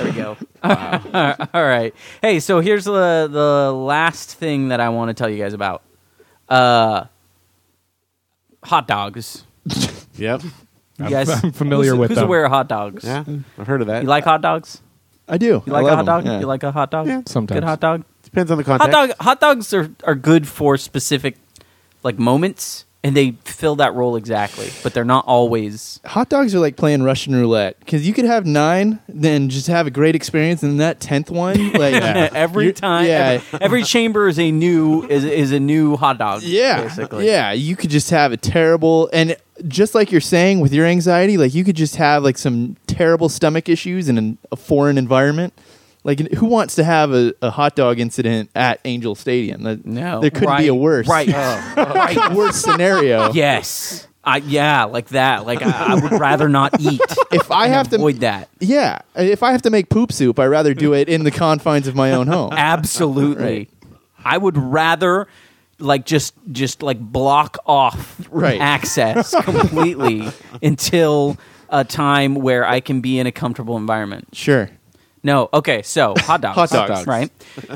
we go. All right. Hey, so here's the the last thing that I want to tell you guys about. Uh, hot dogs. Yep. You guys, I'm familiar who's, with who's them. aware of hot dogs? Yeah, I've heard of that. You like hot dogs? I do. You like I a love hot 'em, dog? yeah. You like a hot dog? Yeah, sometimes. Good hot dog. Depends on the Hot context. dog. Hot dogs are are good for specific like moments, and they fill that role exactly. But they're not always. Hot dogs are like playing Russian roulette because you could have nine, then just have a great experience, and that tenth one, like every you're- time, yeah, every, every chamber is a new is is a new hot dog. yeah, basically. yeah. You could just have a terrible, and just like you're saying with your anxiety, like you could just have like some terrible stomach issues in an, a foreign environment. Like, who wants to have a, a hot dog incident at Angel Stadium? That- No, there couldn't right, be a worse, Oh. Right. right, worse scenario. yes. I, yeah, like that. Like I, I would rather not eat. If I have to avoid that. yeah, if I have to make poop soup, I'd rather do it in the confines of my own home. Absolutely. Right. I would rather like just just like block off Right. access completely until a time where I can be in a comfortable environment. Sure. No, okay, so hot dogs. Hot dogs. Right.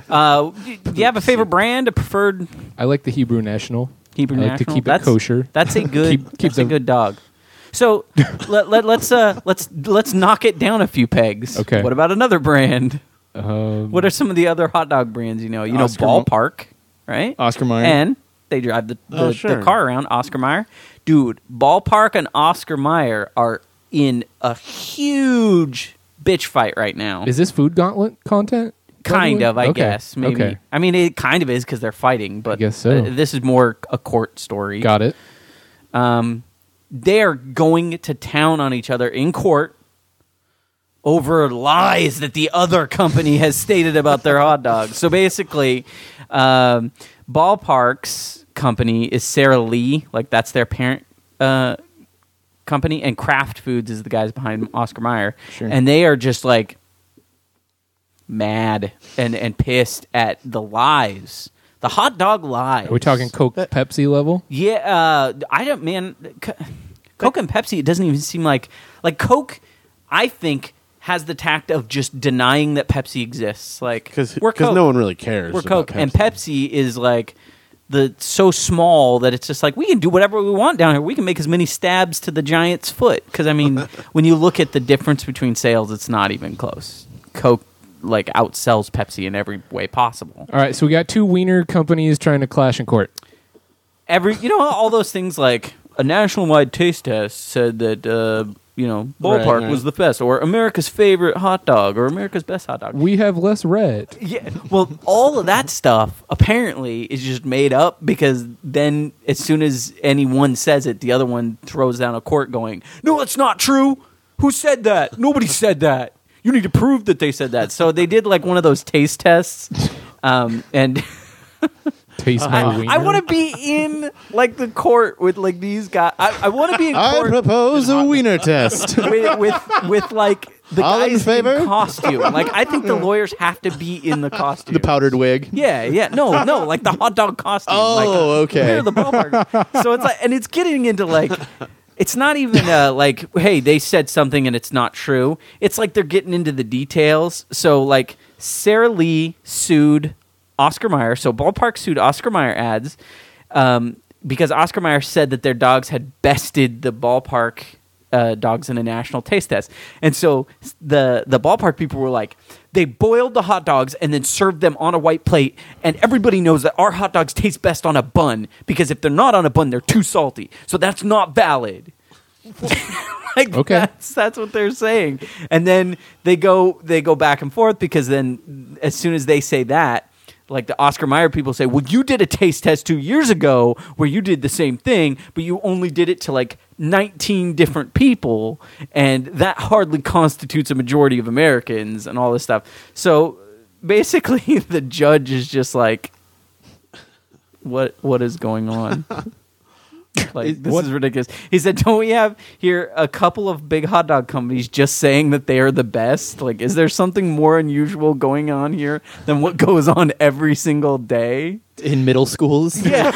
Uh, do you have a favorite brand, a preferred I like the Hebrew National. Hebrew I like to National? keep that's, it kosher. That's a good Keep- keep that's a the- good dog. So let, let, let's uh, let's let's knock it down a few pegs. Okay. What about another brand? Um, What are some of the other hot dog brands you know? You Oscar know Mo- Ballpark, right? Oscar Mayer. And they drive the, the, Oh, the sure. car around, Oscar Mayer. Dude, Ballpark and Oscar Mayer are in a huge bitch fight right now. is this food gauntlet content? kind of, I Okay. guess. Maybe. Okay. I mean, it kind of is because they're fighting, but guess so. uh, this is more a court story. Got it. Um, they're going to town on each other in court over lies that the other company has stated about their hot dogs. So basically, um, Ballpark's company is Sarah Lee, like that's their parent uh, company, and Kraft Foods is the guys behind Oscar Mayer, Sure. and they are just like mad and and pissed at the lies, the hot dog lies. Are we talking Coke Pepsi level? Yeah, uh, I don't, man. C- Coke and Pepsi. It doesn't even seem like like Coke. I think has the tact of just denying that Pepsi exists. Like because we're Coke, no one really cares. we're about Coke, and Pepsi is like the so small that it's just like we can do whatever we want down here. We can make as many stabs to the giant's foot. Because I mean, when you look at the difference between sales, it's not even close. Coke like outsells Pepsi in every way possible. All right, so we got two wiener companies trying to clash in court. every you know all those things like a nationwide taste test said that uh, you know ballpark Right, right. was the best or america's favorite hot dog or america's best hot dog We have less red. yeah well all of that stuff apparently is just made up because then as soon as anyone says it the other one throws down a court going no it's not true who said that nobody said that you need to prove that they said that so they did like one of those taste tests um, and Taste my wiener. Uh, I want to be in like the court with like these guys. I, I want to be in I court propose a wiener test. with, with with like the All in guys favor? costume. Like I think the lawyers have to be in the costume. the powdered wig. Yeah, yeah. No, no, like the hot dog costume. like, Oh, okay. we're the ballpark. so it's like, and it's getting into like, it's not even uh, like, hey, they said something and it's not true. It's like they're getting into the details. So like, Sarah Lee sued Oscar Mayer. So ballpark sued Oscar Mayer ads um, because Oscar Mayer said that their dogs had bested the ballpark uh, dogs in a national taste test. And so s- the the ballpark people were like, they boiled the hot dogs and then served them on a white plate. And everybody knows that our hot dogs taste best on a bun because if they're not on a bun, they're too salty. So that's not valid. like Okay. that's that's what they're saying. And then they go they go back and forth because then as soon as they say that, like the Oscar Mayer people say, "Well, you did a taste test 2 years ago where you did the same thing, but you only did it to like 19 different people and that hardly constitutes a majority of Americans and all this stuff." So basically the judge is just like what what is going on? Like this is ridiculous. He said, "Don't we have here a couple of big hot dog companies just saying that they are the best? Like, is there something more unusual going on here than what goes on every single day?" In middle schools. Yeah,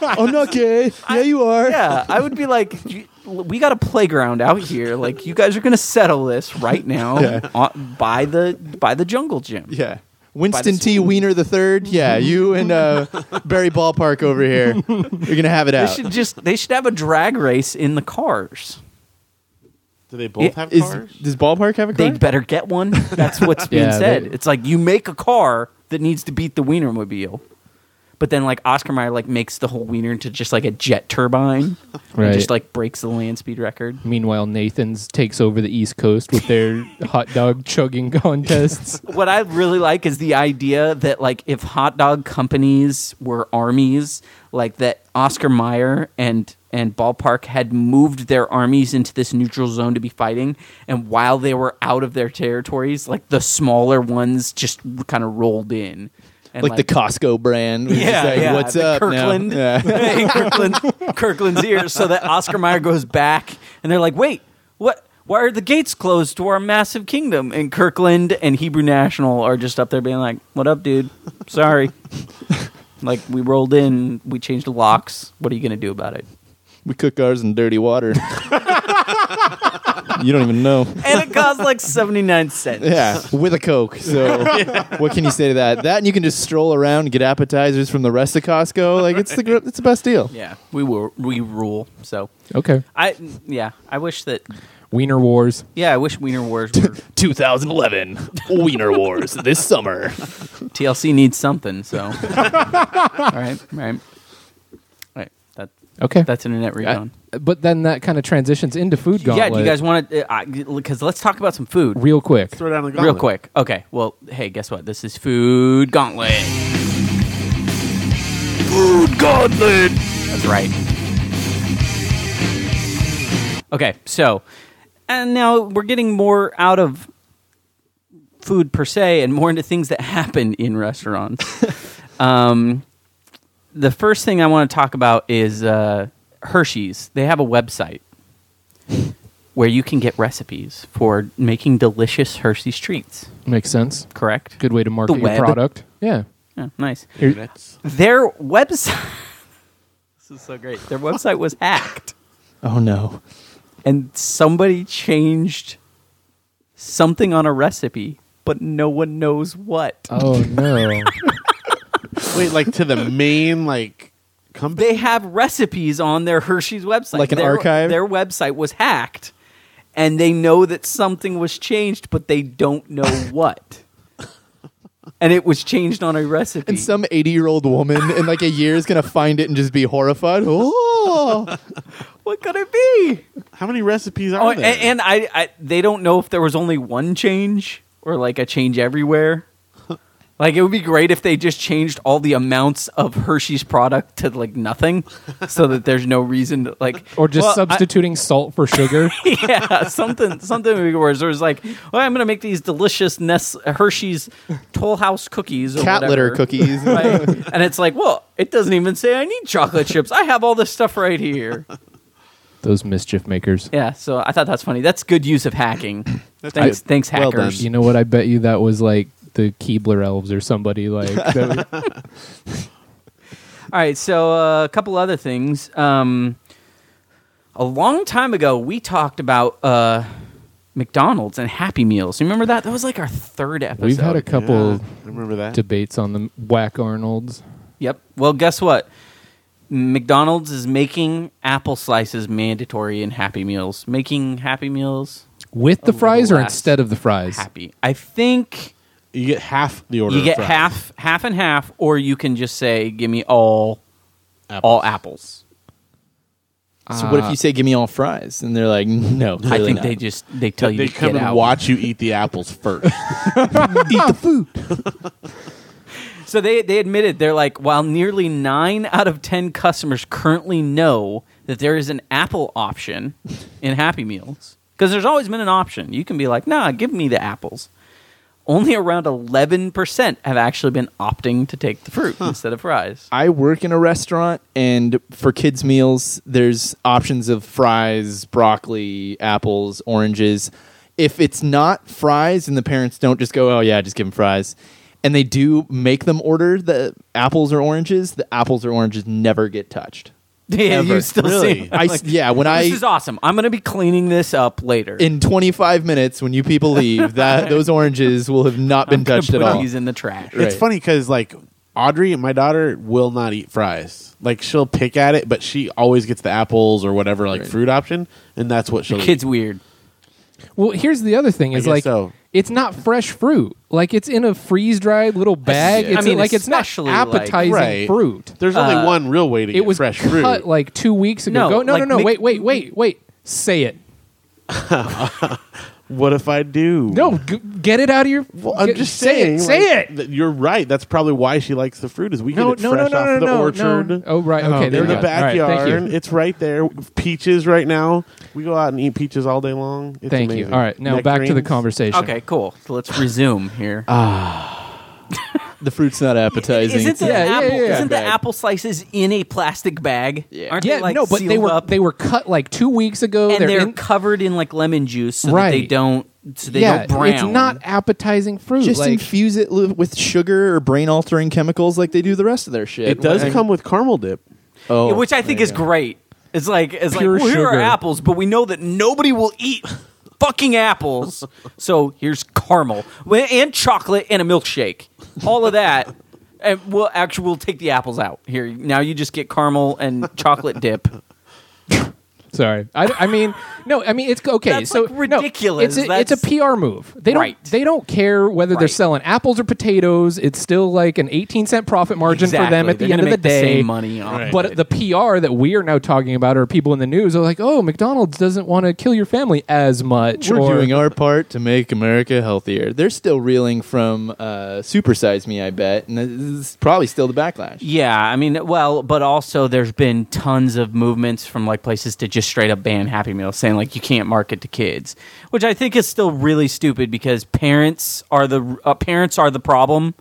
I'm not gay. Yeah, you are. yeah. I would be like, "You- "We got a playground out here. Like, you guys are gonna settle this right now Yeah. on, by the by the jungle gym." Yeah. By Winston the Mm-hmm. T. Wiener the third. Yeah, you and uh, Barry Ballpark over here. You're gonna have it They out. should just they should have a drag race in the cars. Do they both It have Is, cars? does Ballpark have a car? They'd better get one. That's what's being Yeah, said. they- it's like you make a car that needs to beat the Wienermobile. But then like Oscar Mayer like makes the whole wiener into just like a jet turbine, Right. And just like breaks the land speed record. Meanwhile, Nathan's takes over the East Coast with their hot dog chugging contests. what I really like is the idea that like if hot dog companies were armies, like that Oscar Mayer and and Ballpark had moved their armies into this neutral zone to be fighting, and while they were out of their territories, like the smaller ones just kind of rolled in, and, Like, the Costco brand. which is yeah, like, yeah, What's the up? now?" Kirkland, Yeah. Hey, Kirkland, Kirkland's ears, so that Oscar Mayer goes back, and they're like, "Wait, what? Why are the gates closed to our massive kingdom?" And Kirkland and Hebrew National are just up there being like, "What up, dude? Sorry, like we rolled in, we changed the locks. What are you gonna do about it?" We cook ours in dirty water. you don't even know. And it costs like seventy nine cents. Yeah, with a Coke. So, what can you say to that? That and you can just stroll around and get appetizers from the rest of Costco. Like, it's the gr- it's the best deal. Yeah, we were we rule. So Okay. I yeah, I wish that Wiener Wars. yeah, I wish Wiener Wars were 2011 Wiener Wars this summer. TLC needs something, so. all right, all right, all right. That Okay. that's internet I- recon. but then that kind of transitions into food Yeah, gauntlet. do you guys want to? Because let's talk about some food real quick? Throw down the gauntlet. real quick. Okay. Well, hey, guess what? This is food gauntlet. Food gauntlet. That's right. Okay, so and now we're getting more out of food per se and more into things that happen in restaurants. um, the first thing I want to talk about is uh, Hershey's. They have a website where you can get recipes for making delicious Hershey's treats. Makes sense. Correct? Good way to market The your web. product. Yeah. Yeah, Oh, nice. Here, Their website. this is so great. Their website was hacked, Oh no. and somebody changed something on a recipe, but no one knows what. oh no. Wait, like to the main like company. they have recipes on their Hershey's website. Like an their, archive? Their website was hacked, and they know that something was changed, but they don't know what. and it was changed on a recipe. And some 80 year old woman in like a year is going to find it and just be horrified. Oh, what could it be? How many recipes are Oh, and, there? and I, I, they don't know if there was only one change or like a change everywhere. Like it would be great if they just changed all the amounts of Hershey's product to like nothing, so that there's no reason to like Or just Well, I- substituting salt for sugar. yeah, something something where it was like, well, I'm gonna make these delicious Ness Hershey's Toll House cookies, or cat litter whatever. cookies. Right? and it's like, well, it doesn't even say I need chocolate chips. I have all this stuff right here. Those mischief makers. Yeah, so I thought that's funny. That's good use of hacking. thanks, good. thanks, Well done. hackers. You know what? I bet you that was like the Keebler elves or somebody like. that was- All right, so uh, a couple other things. Um, a long time ago, we talked about uh, McDonald's and Happy Meals. You remember that? That was like our third episode. we've had a Yeah, couple I remember that. debates on the whack Arnold's. Yep. Well, guess what? McDonald's is making apple slices mandatory in Happy Meals. Making Happy Meals With the Oh, little fries or less instead of the fries? happy. I think you get half the order. you of get fries. half half and half or you can just say give me all Apples. all apples. So, what if you say, give me all fries? And they're like, no, I clearly think not." they just they tell you They to come get and out. watch you eat the apples first. eat the food. So they they admitted they're like while nearly 9 out of 10 customers currently know that there is an apple option in Happy Meals because there's always been an option. You can be like, "Nah, give me the apples." Only around 11% have actually been opting to take the fruit instead of fries. I work in a restaurant, and for kids' meals, there's options of fries, broccoli, apples, oranges. If it's not fries, and the parents don't just go, oh, yeah, just give them fries, and they do make them order the apples or oranges, the apples or oranges never get touched. Yeah, you Ever. still Really? see. I, s- yeah, when I. this is awesome. I'm going to be cleaning this up later. in 25 minutes, when you people leave, that those oranges will have not been I'm touched at gonna put all. These in the trash. Right. It's funny because like Audrey, my daughter, will not eat fries. Like she'll pick at it, but she always gets the apples or whatever like fruit option, and that's what she'll. Kids eat. weird. Well, here's the other thing: is guess like so. it's not fresh fruit. Like it's in a freeze dried little bag. It's I mean, like it's not especially, like- appetizing Right. fruit. There's only one real way to uh, It get was fresh cut fruit. like two weeks No, ago. Go- no, like, no, no. Mc- Wait, wait, wait, wait. Say it. what if I do? No, g- get it out of your. Well, I'm get- just say saying. It, say like, it. that You're right. That's probably why she likes the fruit. Is we get it fresh off the orchard. Oh right, okay, there in we the go. All right, backyard, thank you. it's right there. Peaches right now. We go out and eat peaches all day long. It's Thank amazing. you. All right, now back to the Nectarines. conversation. Okay, cool. So let's resume here. The fruit's not appetizing. Isn't the, Yeah, yeah, apple, yeah. Isn't the Bag. apple slices in a plastic bag? Yeah. Aren't Yeah, they like no, but they sealed were up? they were cut like two weeks ago. and they're, in- covered in like lemon juice so that they Right. don't so they yeah, don't brown. it's not appetizing fruit. Just Hmm, like, infuse it li- with sugar or brain altering chemicals like they do the rest of their shit. It does I mean- come with caramel dip. Oh, which I think there is you go. great. It's like it's Pure like well, here are sugar. apples, but we know that nobody will eat fucking apples. So here's caramel Well, and chocolate and a milkshake. All of that. And we'll actually we'll take the apples out here. Now you just get caramel and chocolate dip. Sorry, I, I mean, no, I mean it's okay. That's, so like, no, ridiculous. it's, a, it's a That's- PR move. They don't Right. they don't care whether they're Right. selling apples or potatoes. It's still like an eighteen cent profit margin for them Exactly. at the They're end gonna of the make day. same money. off of But it. the PR that we are now talking about are people in the news are like, oh, McDonald's doesn't want to kill your family as much. We're or, doing our part to make America healthier. They're still reeling from uh, Supersize Me, I bet, and it's probably still the backlash. Yeah, I mean, well, but also there's been tons of movements from like places to just straight up ban Happy Meals, saying like you can't market to kids, which I think is still really stupid because parents are the uh, parents are the problem.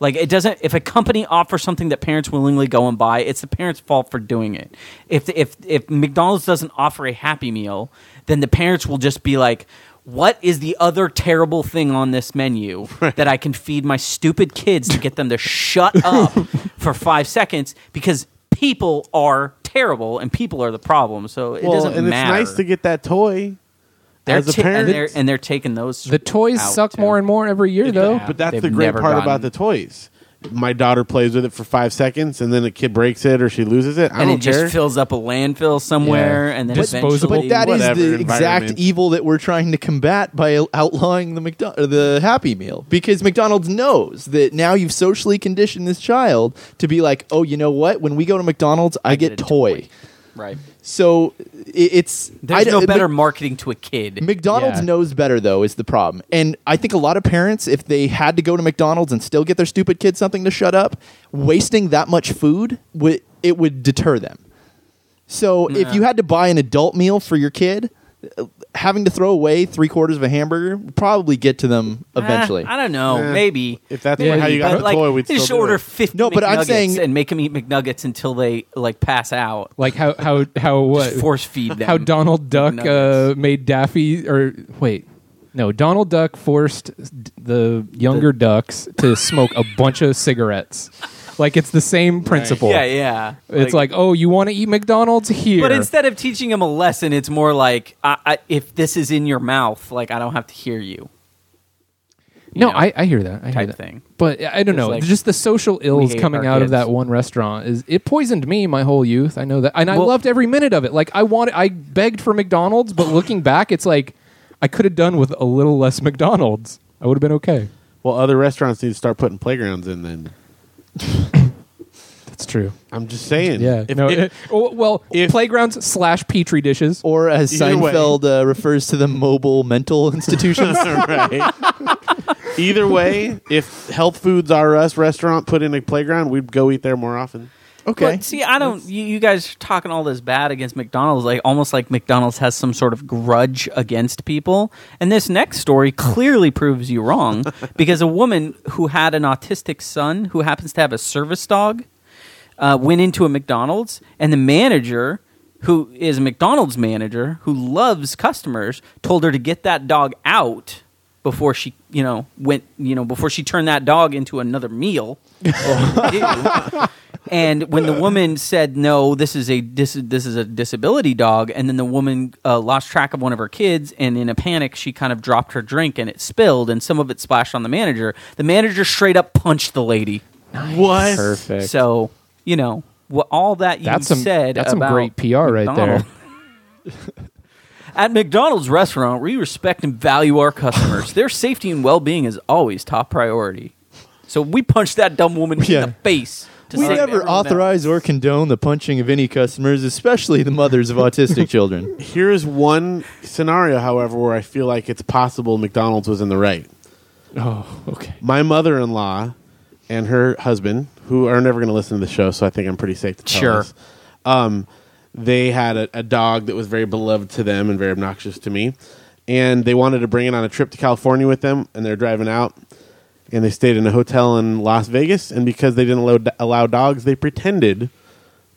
Like it doesn't if a company offers something that parents willingly go and buy, it's the parents' fault for doing it. If if if McDonald's doesn't offer a Happy Meal, then the parents will just be like. What is the other terrible thing on this menu that I can feed my stupid kids to get them to shut up for five seconds because people are terrible and people are the problem. So it Well, doesn't and matter. it's nice to get that toy. they're as a ta- parent- and they're, and they're taking those. the toys out, suck too. more and more every year, though. But that's They've the great never part about gotten- the toys. My daughter plays with it for five seconds, and then a kid breaks it or she loses it. I and don't it care. just fills up a landfill somewhere, and then Disposable. eventually, But that is Whatever the exact environment. evil that we're trying to combat by outlawing the McDo- or the Happy Meal because McDonald's knows that now you've socially conditioned this child to be like, oh, you know what? When we go to McDonald's, I, get, get a toy. right. So i- it's I There's d- no Mc- better marketing to a kid. McDonald's Yeah. knows better though is the problem. And I think a lot of parents if they had to go to McDonald's and still get their stupid kids something to shut up, wasting that much food would it would deter them. So if you had to buy an adult meal for your kid, uh, having to throw away 3 quarters of a hamburger would probably get to them Ah, eventually. I don't know. Eh, maybe if that's Yeah, how you got but the like, toy, we'd they just still do order it. fifty. No, but I'm McNuggets saying- and make them eat McNuggets until they like pass out. Like how how how what Just force feed them. how Donald Duck uh, Nuggets. made Daffy or wait. No, Donald Duck forced d- the younger ducks to smoke a bunch of cigarettes. Like it's the same principle. Yeah, yeah. It's like, oh, you want to eat McDonald's here? But instead of teaching him a lesson, it's more like I, I, if this is in your mouth, like I don't have to hear you. you no, know, I, I hear that. I hear type that. thing. But I I don't It's know. like, just the social ills hate coming our out of kids. that one restaurant is it poisoned me my whole youth. I know that, and I Well- loved every minute of it. Like I wanted, I begged for McDonald's, but looking back, it's like I could have done with a little less McDonald's. I would have been okay. Well, other restaurants need to start putting playgrounds in. Then That's true. I'm just saying. Yeah. If no. it- it- oh, well, if- playgrounds slash petri dishes. or as Either way. Seinfeld uh, refers to the mobile mental institutions. right. Either way, if Health Foods R Us restaurant put in a playground, we'd go eat there more often. okay. But see, I don't. You, you guys are talking all this bad against McDonald's, like almost like McDonald's has some sort of grudge against people. And this next story clearly proves you wrong because a woman who had an autistic son who happens to have a service dog uh, went into a McDonald's, and the manager, who is a McDonald's manager who loves customers, told her to get that dog out before she, you know, went, you know, before she turned that dog into another meal. Ew. and when the woman said no, this is a dis- this is a disability dog, and then the woman uh, lost track of one of her kids, and in a panic, she kind of dropped her drink, and it spilled, and some of it splashed on the manager. The manager straight up punched the lady. What? Perfect. So you know wha- all that you That's some- said. that's some about great PR right there. McDonald's- At McDonald's restaurant, we respect and value our customers. Their safety and well-being is always top priority. So we punched that dumb woman Yeah. in the face. To We save never everyone authorize or condone the punching of any customers, especially the mothers of autistic children. Here is one scenario, however, where I feel like it's possible McDonald's was in the right. Oh, okay. My mother in law and her husband, who are never going to listen to the show, so I think I'm pretty safe to tell Sure. this, Um, they had a, a dog that was very beloved to them and very obnoxious to me, and they wanted to bring it on a trip to California with them, and they're driving out. And they stayed in a hotel in Las Vegas, and because they didn't allow, allow dogs, they pretended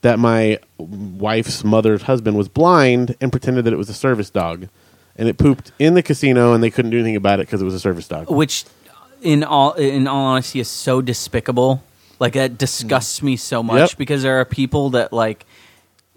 that my wife's mother's husband was blind and pretended that it was a service dog, and it pooped in the casino, and they couldn't do anything about it because it was a service dog. which in all in all honesty is so despicable like that disgusts me so much Yep. because there are people that like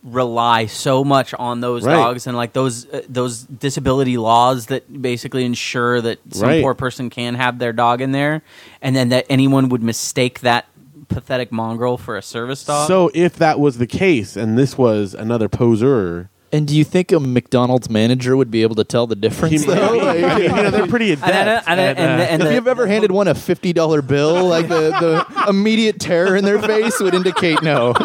rely so much on those Right. dogs and like those uh, those disability laws that basically ensure that some Right. poor person can have their dog in there and then that anyone would mistake that pathetic mongrel for a service dog So if that was the case, and this was another poser, And do you think a McDonald's manager would be able to tell the difference, he- though? you Like, know, they're pretty and, uh, and, uh, adept. and, and, the- and if the- you've ever handed one a $50 bill, like the, the immediate terror in their face would indicate no.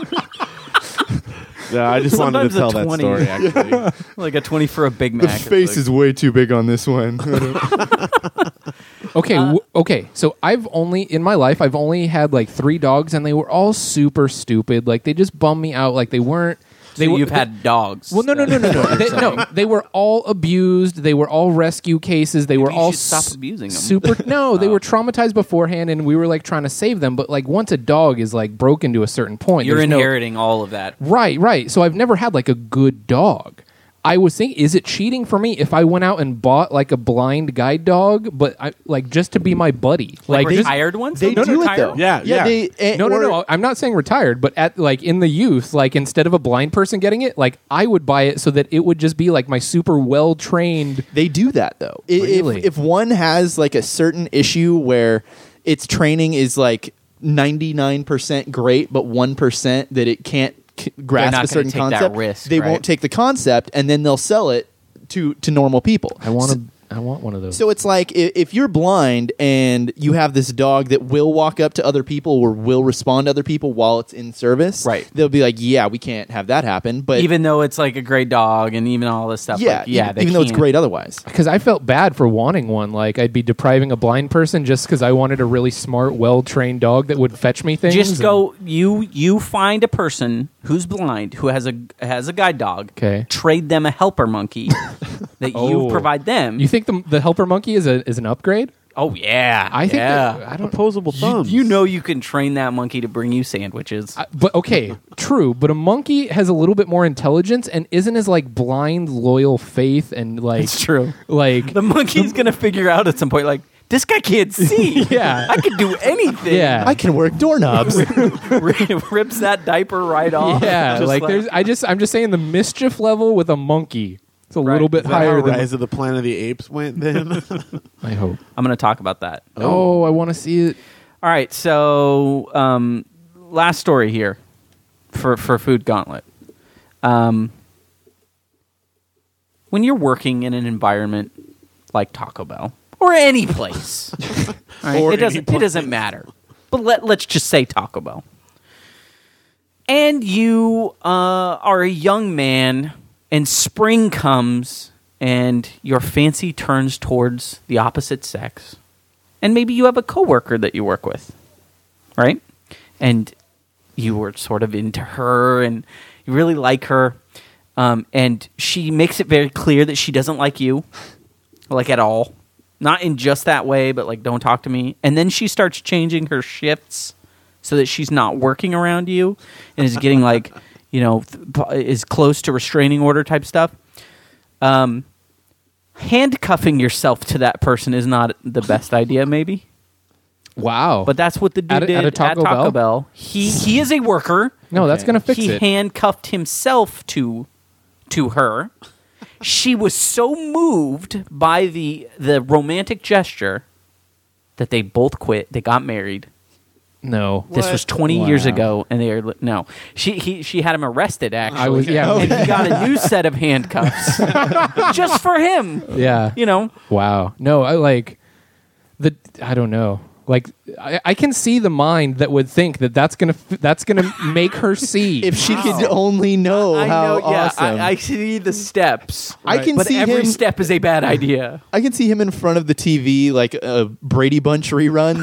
No, I just wanted Sometimes to the tell that 20. story. Actually, like a 20 for a big mac It's like- way too big on this one. Uh, Okay, w- okay. So I've only in my life I've only had like three dogs, and they were all super stupid. Like they just bummed me out. Like they weren't. They so were- you've had dogs Well, no, no, no, no, no. they, no, they were all abused. They were all rescue cases. They were you all should stop s- abusing 'em. Oh. Super. No, they were traumatized beforehand, and we were like trying to save them. But like once a dog is like broken to a certain point, you're there's no- inheriting all of that Right, right. So I've never had like a good dog. I was thinking, is it cheating for me if I went out and bought like a blind guide dog, but I like just to be my buddy, like, just- retired ones They Those do it, retired though. ones? Yeah, yeah. They, and- no, no, or- no. I'm not saying retired, but at like in the youth, like instead of a blind person getting it, like I would buy it so that it would just be like my super well trained. They do that though. I- Really? If, if one has like a certain issue where its training is like 99% great, but 1% that it can't c- grasp not a certain gonna take that concept, risk, they right? won't take the concept and then they'll sell it to, to normal people. I want So- to. I want one of those. so it's like i- if you're blind and you have this dog that will walk up to other people or will respond to other people while it's in service, Right. They'll be like, "Yeah, we can't have that happen." But even though it's like a great dog and even all this stuff. yeah, like, yeah, even, they even though it's can't. great otherwise, because I felt bad for wanting one. Like I'd be depriving a blind person just because I wanted a really smart, well trained dog that would fetch me things. Just and- go. You you find a person who's blind who has a has a guide dog. Okay. Trade them a helper monkey that Oh. you provide them. You think the, the helper monkey is a is an upgrade? oh yeah, I think. yeah. that- I don't. opposable thumbs. you know you can train that monkey to bring you sandwiches. I- but okay, true. But a monkey has a little bit more intelligence and isn't as like blind, loyal faith and like It's true. Like the monkey's gonna figure out at some point. Like this guy can't see. Yeah. I could do anything. yeah, I can work doorknobs. rips that diaper right off. yeah. Just Like, there's. I just. I'm just saying the mischief level with a monkey. It's a little bit Is that how higher than. Rise of the Planet of the Apes went then. I hope. I'm gonna talk about that. Oh, I want to see it. All right, so um, last story here for for Food Gauntlet. Um, when you're working in an environment like Taco Bell or any place, all right, Or it doesn't any place. it doesn't matter. But let let's just say Taco Bell, and you uh, are a young man, and spring comes, and your fancy turns towards the opposite sex and maybe you have a coworker that you work with, right? And you were sort of into her, and you really like her, um, and she makes it very clear that she doesn't like you, like at all, not in just that way, but like don't talk to me. And then she starts changing her shifts so that she's not working around you, and is getting like, you know, th- po- is close to restraining order type stuff. Um, handcuffing yourself to that person is not the best idea, maybe. Wow. But that's what the dude At a- did at a Taco Bell? He he is a worker. no, that's gonna fix he it. handcuffed himself to to her. she was so moved by the the romantic gesture that they both quit. They got married. No. This was 20 years Wow. ago, and they are li- no. She he, she had him arrested actually. I was- yeah. and he got a new set of handcuffs just for him. Yeah. You know, Wow. No, I like the. I don't know. Like I, I can see the mind that would think that that's gonna f- that's gonna make her see. If she could only know I how know. Yeah, awesome. I, I see the steps. I can but see every him- step is a bad idea. I can see him in front of the TV like a Brady Bunch rerun.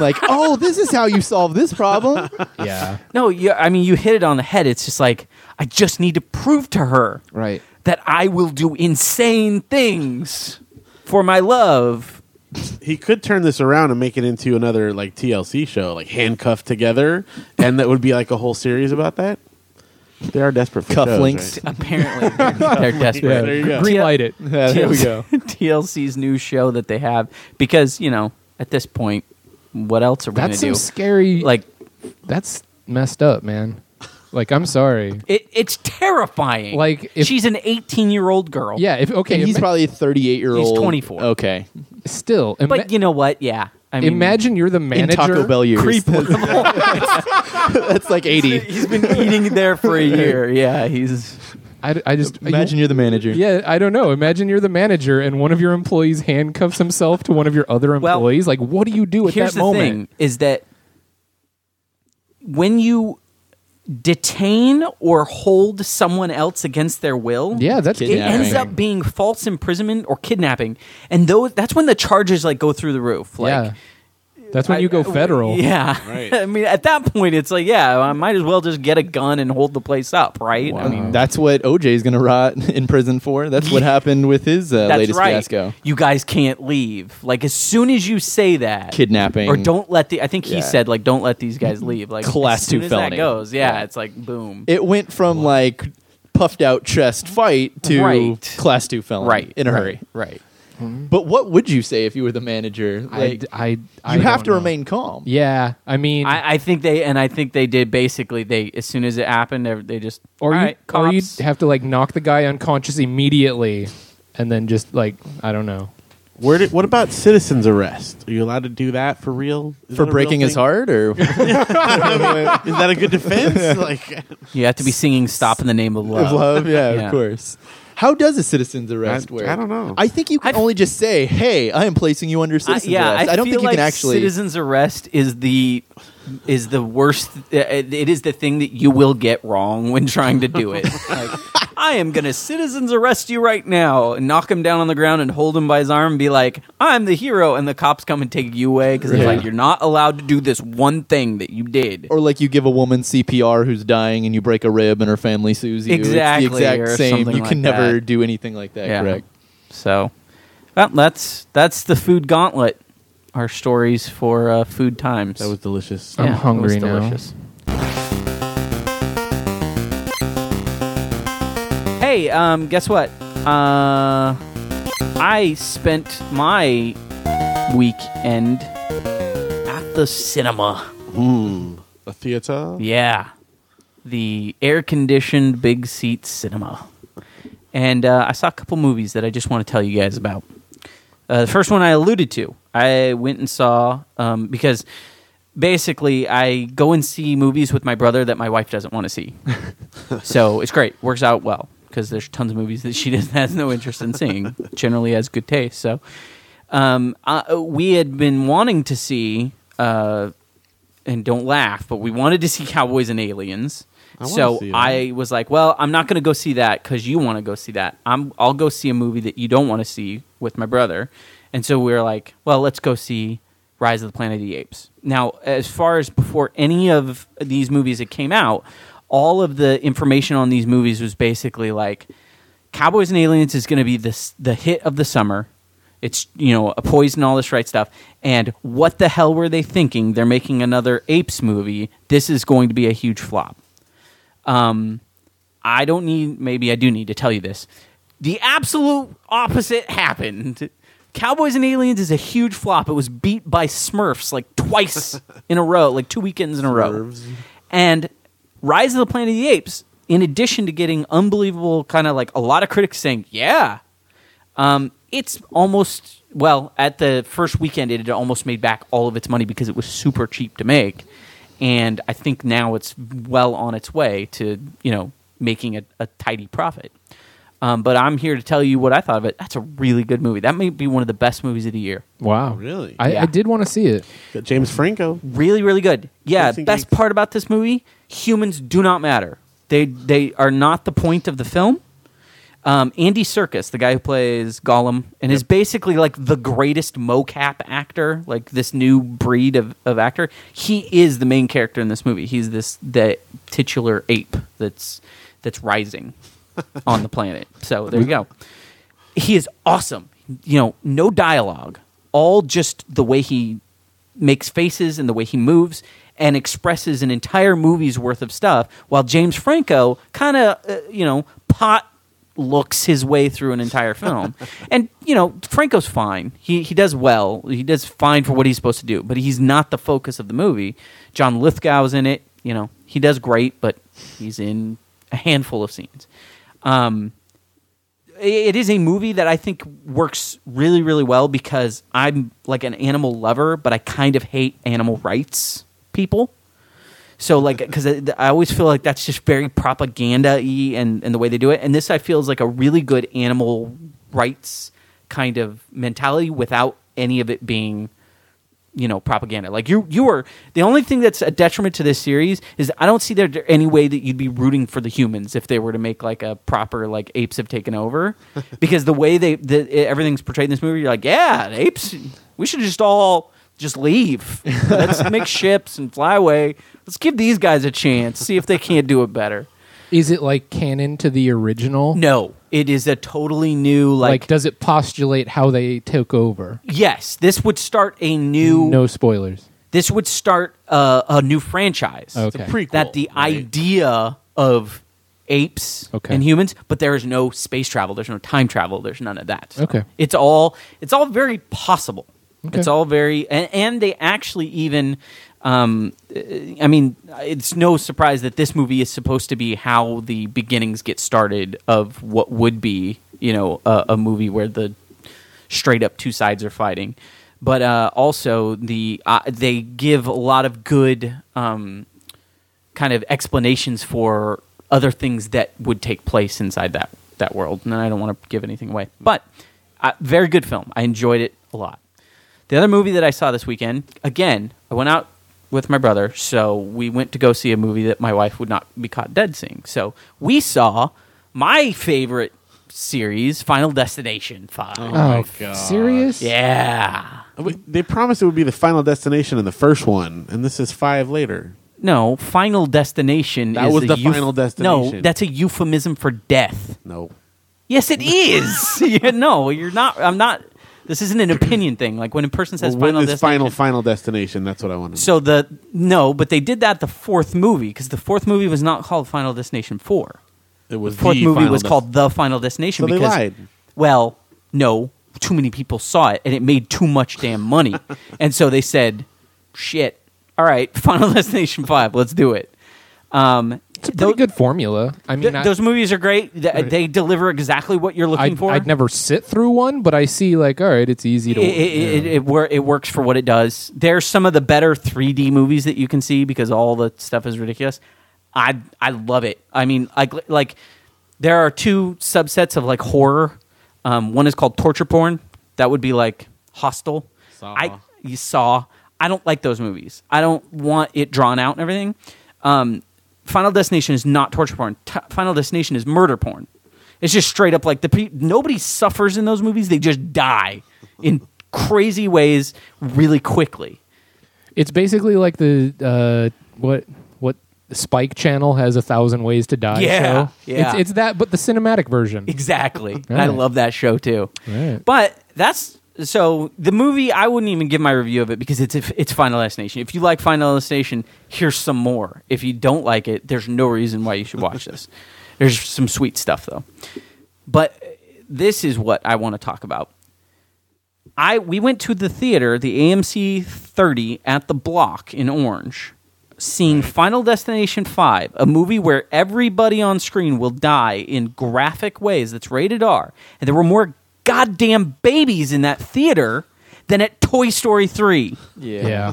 Like, oh, this is how you solve this problem. yeah. No, you, I mean you hit it on the head. It's just like I just need to prove to her Right. that I will do insane things for my love. He could turn this around and make it into another like TLC show, like handcuffed together, and that would be like a whole series about that. They are desperate for shows, Cufflinks. right? Apparently, they're, they're desperate. Yeah. There you go. Green light it. Yeah, there we TLC go. TLC's new show that they have because you know at this point, what else are we That's some gonna do? scary. like that's messed up, man. Like I'm sorry. it, it's terrifying. Like, if- she's an eighteen-year-old girl. Yeah. If okay, And he's ima- probably a 38 year old. He's 24. Okay. still. Ima- but you know what? Yeah, I mean, imagine you're the In manager. Taco Bell years. Creep That's like 80. He's been eating there for a year. Yeah, he's I, I just Imagine you- you're the manager. Yeah, I don't know. Imagine you're the manager and one of your employees handcuffs himself to one of your other Well, employees. like, what do you do at here's that the moment? thing is that when you detain or hold someone else against their will Yeah, that's it Kidnapping. ends up being false imprisonment or kidnapping and those that's when the charges like go through the roof like yeah. That's when I- you go I- uh, federal. yeah Right. i mean at that point it's like yeah i might as well just get a gun and hold the place up right i I mean mean, that's what OJ's going to rot in prison for. That's what happened with his uh, that's latest right fiasco. you guys can't leave like as soon as you say that Kidnapping. or don't let the. I think he Yeah. said like don't let these guys leave. Like Class as two soon as that felony. goes, yeah, Yeah. it's like boom. It went from like puffed out chest fight to Right. class two felony Right. in a Right. hurry. Right. But what would you say if you were the manager? I, Like, I, I you have don't to know. remain calm. Yeah, I mean, I, I think they and I think they did basically. They as soon as it happened, they, they just or "All you, right, or you cops." have to like knock the guy unconscious immediately, and then just like I don't know. Where did, what about citizens arrest? Are you allowed to do that for real? Is that For a real breaking his thing? heart, or Is that a good defense? like, you have to be singing "Stop in the Name of Love." Of love, yeah, Yeah. of course. How does a citizen's arrest I- work? I don't know. I think you can I've- only just say, "Hey, I am placing you under I, citizen's yeah, arrest." I, I, don't feel think you like can actually. citizens arrest is the is the worst. uh, It it is the thing that you will get wrong when trying to do it. Like, I am gonna citizens arrest you right now and knock him down on the ground and hold him by his arm and be like, "I'm the hero," and the cops come and take you away because Yeah. like you're not allowed to do this one thing that you did. or like you give a woman CPR who's dying and you break a rib and her family sues you. Exactly, it's the exact or same. something You can like never that. do anything like that. Yeah. Correct. So well, that's that's the food gauntlet. Our stories for uh, food times. that was delicious. I'm Yeah, it was hungry now. delicious. Hey, um, guess what? Uh, I spent my weekend at the cinema. Mmm. A theater. Yeah, the air-conditioned big seat cinema, and uh, I saw a couple movies that I just want to tell you guys about. Uh, the first one I alluded to, I went and saw um, because basically I go and see movies with my brother that my wife doesn't want to see. so it's great, works out well because there's tons of movies that she doesn't has no interest in seeing. Generally, has good taste. So um, uh, we had been wanting to see. Uh, and don't laugh, but we wanted to see Cowboys and Aliens. wanna so see that. I was like, well, I'm not going to go see that because you want to go see that. I'm, I'll go see a movie that you don't want to see with my brother. And so we were like, well, let's go see Rise of the Planet of the Apes. Now, as far as before any of these movies that came out, all of the information on these movies was basically like Cowboys and Aliens is going to be this, the hit of the summer. It's you know a poison, all this right stuff. And what the hell were they thinking? They're making another apes movie. This is going to be a huge flop. Um, I don't need. Maybe I do need to tell you this. The absolute opposite happened. Cowboys and Aliens is a huge flop. It was beat by Smurfs like twice in a row, like two weekends in a row. And Rise of the Planet of the Apes, in addition to getting unbelievable, kind of like a lot of critics saying, "Yeah, um, it's almost well at the first weekend it had almost made back all of its money because it was super cheap to make, and I think now it's well on its way to you know making a, a tidy profit. Um, but I'm here to tell you what I thought of it. That's a really good movie. That may be one of the best movies of the year. Wow. Really? I, I Yeah. did want to see it. Got James Franco. Really, really good. Yeah. Interesting Best geeks. part about this movie: humans do not matter. They they are not the point of the film. Um, Andy Circus, the guy who plays Gollum, and is basically like the greatest mocap actor, like this new breed of, of actor. He is the main character in this movie. He's this the titular ape that's that's rising on the planet. So there you go. He is awesome. You know, no dialogue, all just the way he makes faces and the way he moves and expresses an entire movie's worth of stuff while James Franco kind of uh, you know pot looks his way through an entire film. and you know, Franco's fine. He he does well. He does fine for what he's supposed to do, but he's not the focus of the movie. John Lithgow's in it, you know. He does great, but he's in a handful of scenes. Um it is a movie that I think works really, really well because I'm like an animal lover, but I kind of hate animal rights people. So like, because I, I always feel like that's just very propaganda y and, and the way they do it. And this I feel is like a really good animal rights kind of mentality without any of it being you know propaganda like you you are the only thing that's a detriment to this series is i don't see there any way that you'd be rooting for the humans if they were to make like a proper like apes have taken over because the way they the, e, everything's portrayed in this movie you're like yeah the apes we should just all just leave let's make ships and fly away let's give these guys a chance see if they can't do it better Is it like canon to the original? no it is a totally new Like, like, does it postulate how they took over? yes this would start a new No spoilers. this would start a, a new franchise Okay. It's a prequel. that the right? idea of apes Okay. and humans, but there is no space travel, there's no time travel, there's none of that. Okay. It's all it's all very possible. Okay. It's all very and, and they actually even um, uh, I mean, it's no surprise that this movie is supposed to be how the beginnings get started of what would be, you know, a, a movie where the straight up two sides are fighting. But uh, also the uh, they give a lot of good um, kind of explanations for other things that would take place inside that that world. And I don't want to give anything away, but uh, very good film. I enjoyed it a lot. The other movie that I saw this weekend, again, I went out with my brother, so we went to go see a movie that my wife would not be caught dead seeing. So we saw my favorite series, Final Destination Five. Oh, serious? Yeah. Wait, They promised it would be the final destination in the first one, and this is five later. No, Final Destination. That is was a the euf- No, Final Destination. that's a euphemism for death. No. Yes, it is. yeah, no, you're not. I'm not. This isn't an opinion thing. Like when a person says Well, when final is final destination- final destination? That's what I want to. So the no, but they did that the fourth movie because the fourth movie was not called Final Destination Four. it was The fourth the movie Final was Des- called The Final Destination So they because lied. well, no, too many people saw it and it made too much damn money, and so they said, "Shit, all right, Final Destination Five, let's do it." Um, It's a pretty tho- good formula. I mean, th- I- those movies are great. Th- They deliver exactly what you're looking I'd, for. I'd never sit through one, but I see like, all right, it's easy to. it, it, it, yeah. it, wor- it works for what it does. There's some of the better 3D movies that you can see because all the stuff is ridiculous. I I love it. I mean, I, gl- like there are two subsets of like horror. Um, one is called torture porn. That would be like Hostel. Saw. I you saw. I don't like those movies. I don't want it drawn out and everything. Um, Final Destination is not torture porn. T- Final Destination is murder porn. It's just straight up like the pe- nobody suffers in those movies. They just die in crazy ways really quickly. It's basically like the uh, what what Spike Channel has a thousand ways to die. Yeah, show. yeah. It's, it's that, but the cinematic version. Exactly. And I Right. love that show too. Right. But that's so the movie. I wouldn't even give my review of it because it's it's Final Destination. If you like Final Destination, here's some more. If you don't like it, there's no reason why you should watch this. There's some sweet stuff though. But uh, this is what I want to talk about. I we went to the theater, the AMC 30 at the Block in Orange, seeing Final Destination 5, a movie where everybody on screen will die in graphic ways that's rated R. And there were more goddamn babies in that theater than at Toy Story 3. Yeah.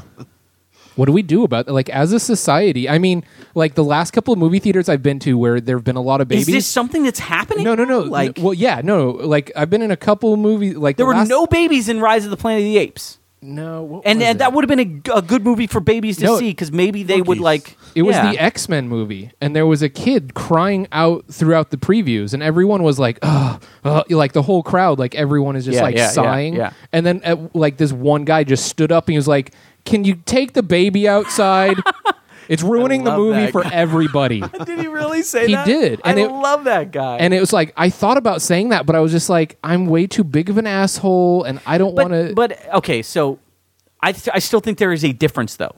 what do we do about that? Like as a society, I mean, like the last couple of movie theaters I've been to where there have been a lot of babies. Is this something that's happening? no, no, no. now? Like, well, yeah, no. Like I've been in a couple movies. Like there the were last- no babies in Rise of the Planet of the Apes. no, what And, was and it? that would have been a g- a, good movie for babies to No, see because maybe they would like. It was Yeah. the X Men movie, and there was a kid crying out throughout the previews, and everyone was like, "Ugh, ugh," like the whole crowd, like everyone is just Yeah, like yeah, yeah, sighing." yeah. And then, uh, like this one guy just stood up and he was like, "Can you take the baby outside? it's ruining the love movie that for guy. everybody." Did he really say He that? did, and I it- love that guy. and it was like I thought about saying that, but I was just like, "I'm way too big of an asshole, and I don't but, want to." but okay, so I th- I still think there is a difference though.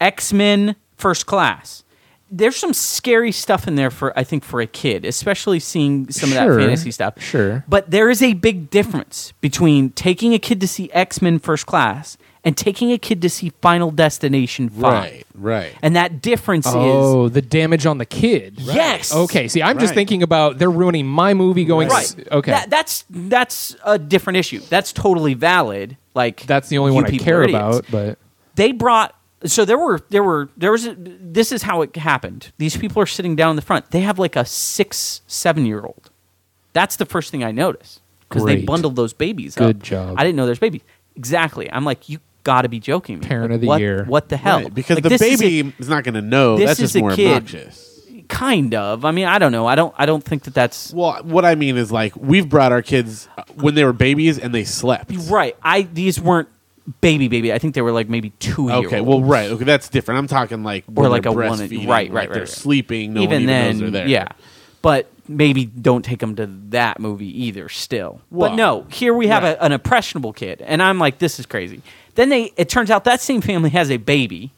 X Men First Class. There's some scary stuff in there for I think for a kid, especially seeing some of Sure, that fantasy stuff. sure. But there is a big difference between taking a kid to see X Men First Class and taking a kid to see Final Destination Five. Right, right. And that difference is Oh, the damage on the kid. Yes. Okay. See, I'm just Right. thinking about they're ruining my movie. Going s- right. Okay. That- that's that's a different issue. That's totally valid. Like that's the only you one I people care are idiots. about. But They brought so there were there were there was a, this is how it happened. These people are sitting down in the front. They have like a six seven year old. That's the first thing I noticed because they Great. bundled those babies. Good up. job. I didn't know there's babies. Exactly. I'm like you. Got to be joking. me. Parent Like, of the what- year. What the hell? Right, because Like, the this is a- baby is, not going to know. this That's is just a more kid. obnoxious. kind of. I mean, I don't know. I don't. I don't think that that's Well, what I mean is like we've brought our kids uh, when they were babies and they slept. Right. I these weren't baby baby. I think they were like maybe two. Okay, well, right. Okay, that's different. I'm talking like when like they're a one- breastfeeding, right, right, like right, They're right. sleeping. No one even even then, knows they're there. yeah. But maybe don't take them to that movie either. Still, Well, but no. Here we have right. a, an impressionable kid, and I'm like, this is crazy. Then they. It turns out that same family has a baby,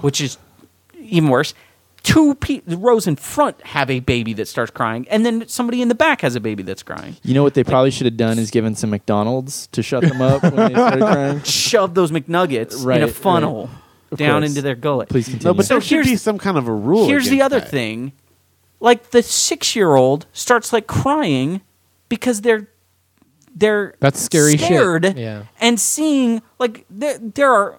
which is even worse. Two pe- the rows in front have a baby that starts crying, and then somebody in the back has a baby that's crying. You know what they probably should have done is given some McDonald's to shut them up when they started crying. Shove those McNuggets Right, in a right. funnel down course. into their gullet. Please continue. No, but So there should be here's- some kind of a rule. Here's the against other that. thing. Like the six year old starts like crying because they're they're That's scary shit. scared Yeah. and seeing like there, there are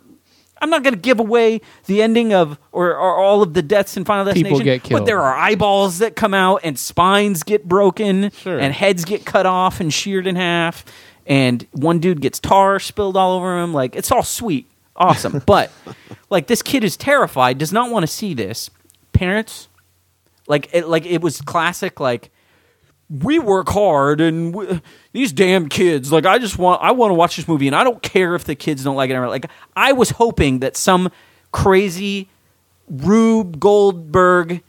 I'm not going to give away the ending of or, or all of the deaths in Final Destination, People get but killed. there are eyeballs that come out and spines get broken Sure. and heads get cut off and sheared in half and one dude gets tar spilled all over him like it's all sweet, awesome, but like this kid is terrified, does not want to see this. Parents like it like it was classic like we work hard and we, these damn kids like i just want i want to watch this movie and i don't care if the kids don't like it or not. like i was hoping that some crazy rube goldberg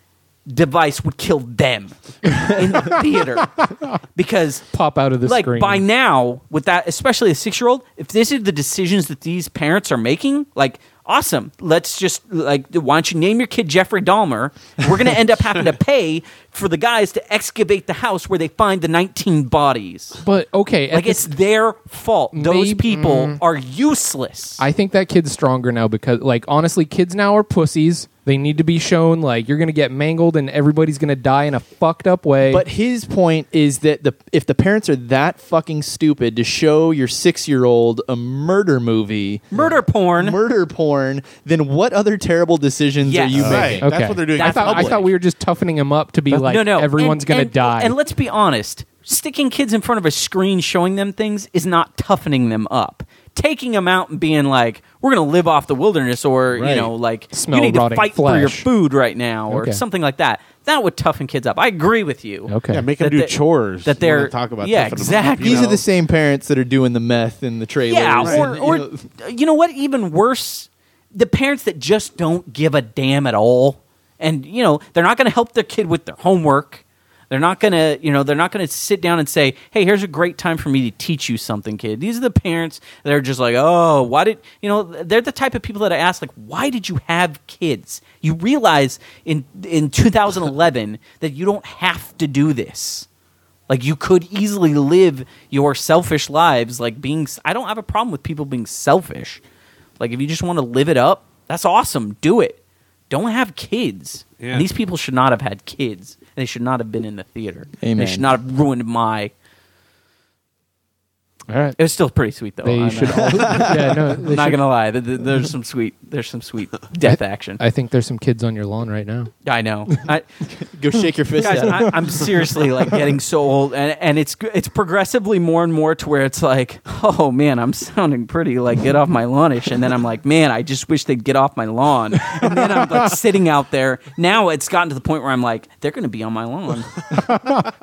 device would kill them in the theater because pop out of the like screen. by now with that especially a six-year-old if this is the decisions that these parents are making like awesome let's just like why don't you name your kid jeffrey dahmer we're gonna end up having to pay for the guys to excavate the house where they find the 19 bodies but okay, at like the- it's their fault those Maybe- people are useless Mm. I think that kid's stronger now because, like, honestly, kids now are pussies. They need to be shown like you're gonna get mangled and everybody's gonna die in a fucked up way. But his point is that the if the parents are that fucking stupid to show your six year old a murder movie, murder porn murder porn, then then what other terrible decisions Yes. are you Right. making? Uh, Right. okay, That's what they're doing. I That's thought, I public. thought we were just toughening him up to be like no, no. everyone's And- gonna and- die. And let's be honest, sticking kids in front of a screen showing them things is not toughening them up. Taking them out and being like, "We're going to live off the wilderness," or you Right. know, like Smell you need to rotting fight for your flesh. food right now, or Okay. something like that. That would toughen kids up. I agree with you. okay, Yeah, make them That do they- chores. that You wanna they're- talk about. yeah, toughening them up, exactly. you These are know? the same parents that are doing the meth in the trailers. Yeah, or, and, you or know, you know what? Even worse, the parents that just don't give a damn at all, and you know they're not going to help their kid with their homework. They're not going to, you know, they're not going to sit down and say, "Hey, here's a great time for me to teach you something, kid." These are the parents that are just like, "Oh, why did you know?" They're the type of people that I ask, like, "Why did you have kids?" You realize in in 2011 that you don't have to do this. Like you could easily live your selfish lives. Like being, s- I don't have a problem with people being selfish. Like if you just want to live it up, that's awesome. Do it. Don't have kids. Yeah. And these people should not have had kids. And they should not have been in the theater. And Amen. They should not have ruined my. All right. It was still pretty sweet though. They I'm, should. uh, All, yeah, no. I'm They not should, gonna lie. Th- th- There's some sweet. There's some sweet death action. I think there's some kids on your lawn right now. I know. I, Go shake your fist. guys, at 'em. I, I'm seriously like getting so old, and, and it's it's progressively more and more to where it's like, oh man, I'm sounding pretty like get off my lawnish, and then I'm like, man, I just wish they'd get off my lawn, and then I'm like sitting out there. Now it's gotten to the point where I'm like, they're going to be on my lawn,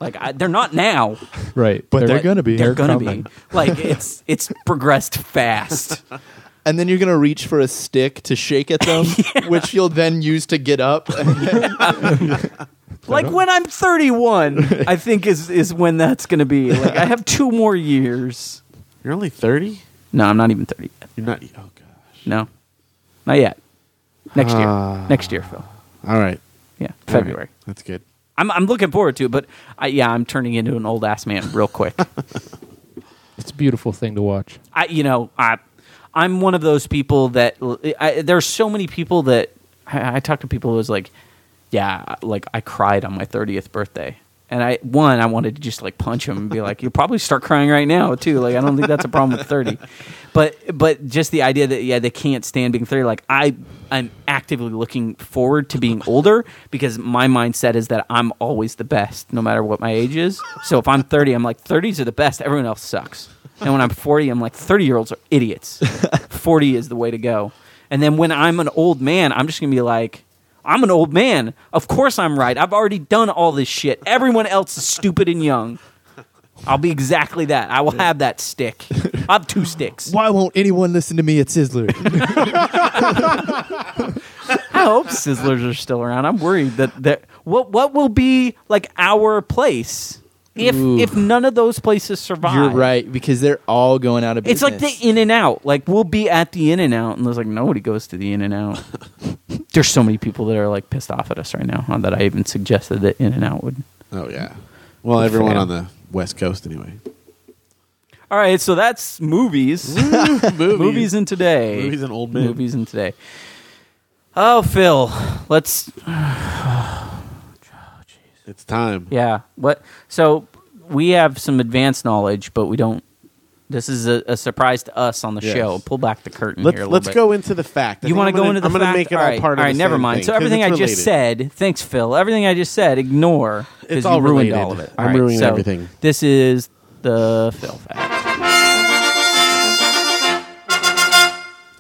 like I, they're not now, Right. But they're gonna be. they're, They're going to coming. be. Like it's it's progressed fast. and then you're gonna reach for a stick to shake at them, which you'll then use to get up. like when I'm 31, I think is is when that's going to be. Like I have two more years. You're only 30? No, I'm not even 30 yet. You're not. Oh, gosh. No, not yet. Next year. Ah. Next year, Phil. All right. Yeah, All right. February. That's good. I'm I'm looking forward to it, but I, yeah, I'm turning into an old ass man real quick. It's a beautiful thing to watch. I you know I I'm one of those people that I, there's so many people that I, I talk to people who was like, yeah, like I cried on my 30th birthday. And I one I wanted to just like punch him and be like, you'll probably start crying right now too. Like I don't think that's a problem with thirty, but but just the idea that yeah they can't stand being thirty. Like I I'm actively looking forward to being older because my mindset is that I'm always the best no matter what my age is. So if I'm thirty, I'm like thirties are the best. Everyone else sucks. And when I'm forty, I'm like thirty year olds are idiots. Forty is the way to go. And then when I'm an old man, I'm just gonna be like, I'm an old man. Of course I'm right. I've already done all this shit. Everyone else is stupid and young. I'll be exactly that. I will have that stick. I have two sticks. Why won't anyone listen to me at Sizzler? I hope Sizzlers are still around. I'm worried that that what what will be like our place if Ooh. if none of those places survive. You're right because they're all going out of It's business. like e the In and Out. Like we'll be at the In and Out, and there's like nobody goes to the In and Out. there's so many people that are like pissed off at us right now huh, that I even suggested that In and Out would. Oh, yeah. Well, everyone fan. on the West Coast, anyway. All right, so that's movies. Movies. movies in today. Movies and old men. Movies in today. Oh, Phil, let's It's time. yeah. What? So we have some advanced knowledge, but we don't. This is a, a surprise to us on the Yes. show. Pull back the curtain Let's here. A let's little bit. go into the fact. I you think want I'm to go gonna- into the I'm going to fact? make it all, all right, part of all the right. Never same mind. thing, so 'cause everything I it's just related. said. Thanks, Phil. Everything I just said. Ignore. 'cause It's all you ruined related. all of it. All I'm right, ruining so everything. This is the Phil fact.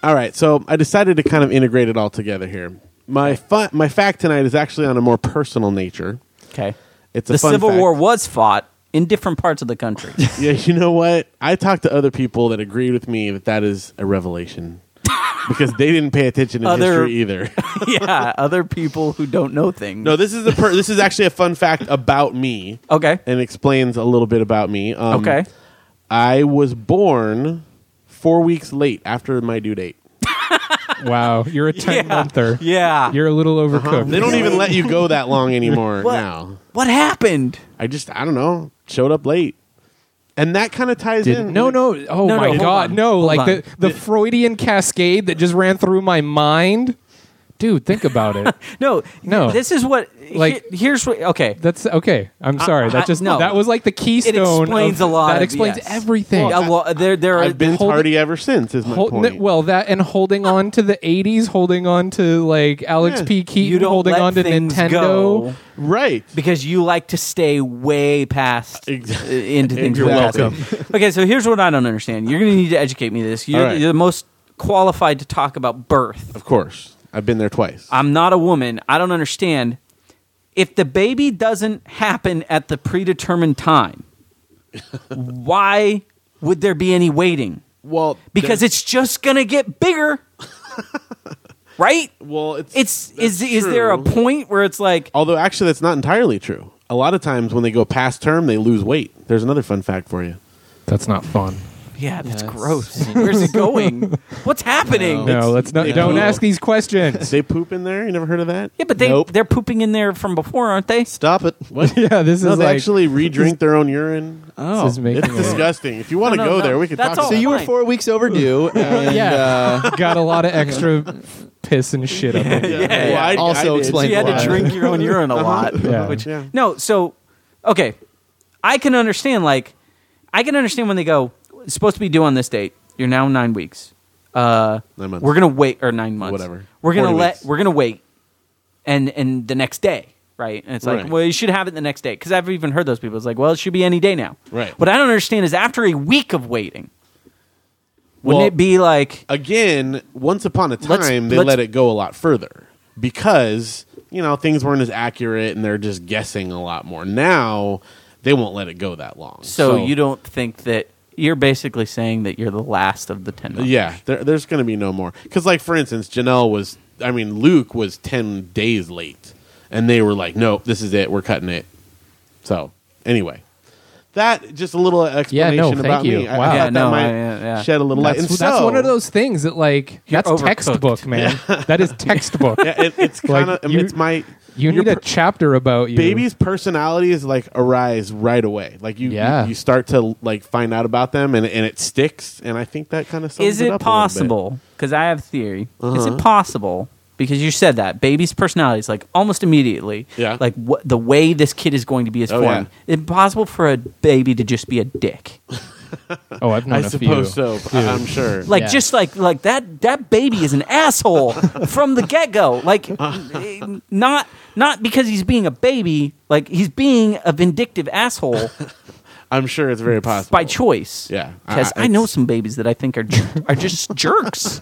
All right, so I decided to kind of integrate it all together here. My fu- my fact tonight is actually on a more personal nature. Okay. It's a the fun Civil fact. War was fought in different parts of the country. Yeah, you know what? I talked to other people that agreed with me that that is a revelation because they didn't pay attention to Other- history either. yeah, other people who don't know things. no, this is a per- this is actually a fun fact about me okay. and explains a little bit about me. Um, Okay. I was born four weeks late after my due date. Wow, you're a ten monther. Yeah. You're a little overcooked. They don't even let you go that long anymore What? now. what happened? I just I don't know showed up late, and that kind of ties Did- in. no, no. Oh No, no, my hold god, on, no! hold Like the, on. the Freudian cascade that just ran through my mind, dude. Think about it. No, No. This is what Like- he- here's what. Okay, That's okay. I'm sorry. I- that just no. that was like the keystone. of- explains a lot That of- explains yes. everything. Yeah, well, there there are I've been hold tardy ever since. Is my Hol- point. n- well, that and holding on to the '80s, holding on to like Alex Yeah. P. Keaton, you don't holding let on to things Nintendo. go right. because you like to stay way past Ex- into things. You're way past welcome. it. okay, so here's what I don't understand. You're going to need to educate me. This you're, All right. you're the most qualified to talk about birth. Of course, I've been there twice. I'm not a woman. I don't understand. If the baby doesn't happen at the predetermined time, why would there be any waiting? well, Because it's just going to get bigger. right? well, it's It's that's is is there a true. point where it's like Although actually, that's not entirely true. A lot of times when they go past term, they lose weight. There's another fun fact for you. That's not fun. yeah, that's that's- gross. Where's it going? What's happening? No, let's not. yeah. Don't Yeah. ask these questions. They poop in there. You never heard of that? Yeah, but they Nope. they're pooping in there from before, aren't they? Stop it. What? yeah, this is No, they like actually re-drink their own urine. Oh. this is making It's it- disgusting. If you want to No, no, go no. there, we can That's talk. all. about So you were Fine. four weeks overdue. And, Yeah. Uh, got a lot of extra piss and shit up. in it. there. Yeah, yeah. I- Also I did. explain So you had why. to drink your own urine a lot. Yeah. Which Uh-huh. Yeah. no, so okay, I can understand. Like, I can understand when they go. it's supposed to be due on this date. You're now nine weeks. Uh, Nine months. We're gonna wait or nine months. Whatever. We're gonna 40 let. weeks. We're gonna wait, and and the next day, right? And it's like, Right. well, you should have it the next day because I've even heard those people. It's like, well, it should be any day now. Right. What I don't understand is after a week of waiting, wouldn't Well, oh, it be like again, once upon a time, Let's- they let's- let it go a lot further because you know things weren't as accurate, and they're just guessing a lot more. Now they won't let it go that long. so, you don't think that you're basically saying that you're the last of the ten? months. yeah, there, there's going to be no more. Because, like for instance, Janelle was, I mean, Luke was ten days late, and they were like, "Nope, this is it. We're cutting it." So anyway. That just a little explanation thank about you. me. I- I Wow. thought Yeah, that no, might I- yeah, yeah. shed a little light. That's, And that's so- one of those things that like that's overcooked. textbook, man. that is textbook. Yeah, it, it's Like, kind of. you- it's my. You your need a per- chapter about you. babies' personalities like arise right away. Like you, Yeah. you, you start to like find out about them, and, and it sticks. And I think that kind of Is it possible? Because I have a theory. Is Uh-huh. it possible? Because you said that baby's personalities, like almost immediately, Yeah. like what the way this kid is going to be is Oh, formed. Impossible for a baby to just be a dick. Oh, I've I known a few. suppose so. I- I'm sure. Like Yeah. just like like that that baby is an asshole from the get go. Like eh, not not because he's being a baby. Like he's being a vindictive asshole I'm sure it's very possible by choice. Yeah. I- because I- I, know it's- some babies that I think are jer- are just jerks.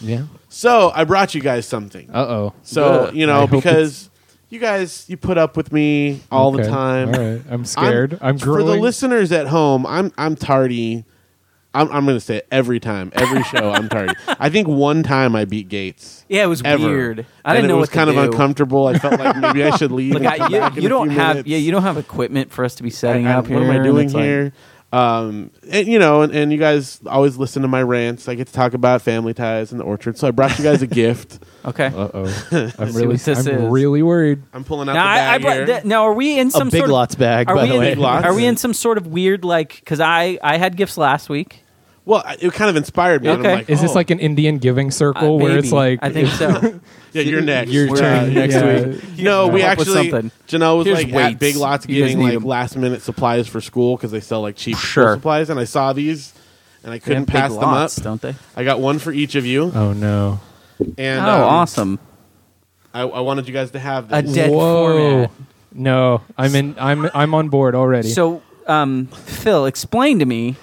Yeah. So I brought you guys something. Uh oh. so you I know hope because you guys you put up with me all the time. All right. I'm scared. I'm, for growing. the listeners at home. I'm I'm tardy. I'm, I'm going to say it every time, every show. I'm tardy. I think one time I beat Gates. Yeah, it was ever. weird. I didn't and know it was what to kind of do. uncomfortable. I felt like maybe I should leave. Look, and come I, back you, in you a don't few have minutes. yeah, you don't have equipment for us to be setting I- I- up here. What am I and doing it's like- here? um, and you know, and, and you guys always listen to my rants. I get to talk about family ties and the orchard. So I brought you guys a gift. okay. Uh oh. I'm See really. what this I'm is. really worried. I'm pulling out now, the I, I bag brought, here. that- now, are we in A some big sort lots bag, Of, are by we the in, way. Big Lots. Are we in some sort of weird like? Because I I had gifts last week. well, I- it kind of inspired me. and Okay. I'm like, Is oh, this like an Indian giving circle Uh, where it's maybe. like I think so. yeah, you're next. your We're, turn uh, next yeah. week? Yeah. No, we Come up with actually. something. Janelle was Here's like at weights. Big Lots You guys getting need like 'em. last minute supplies for school because they sell like cheap school Sure. supplies, and I saw these. And I They have couldn't big pass them up. lots, don't they? I got one for each of you, Oh no. and oh, um, awesome! I, I wanted you guys to have A this. dead format. No, I'm in. I'm I'm on board already. So, um, Phil, explain to me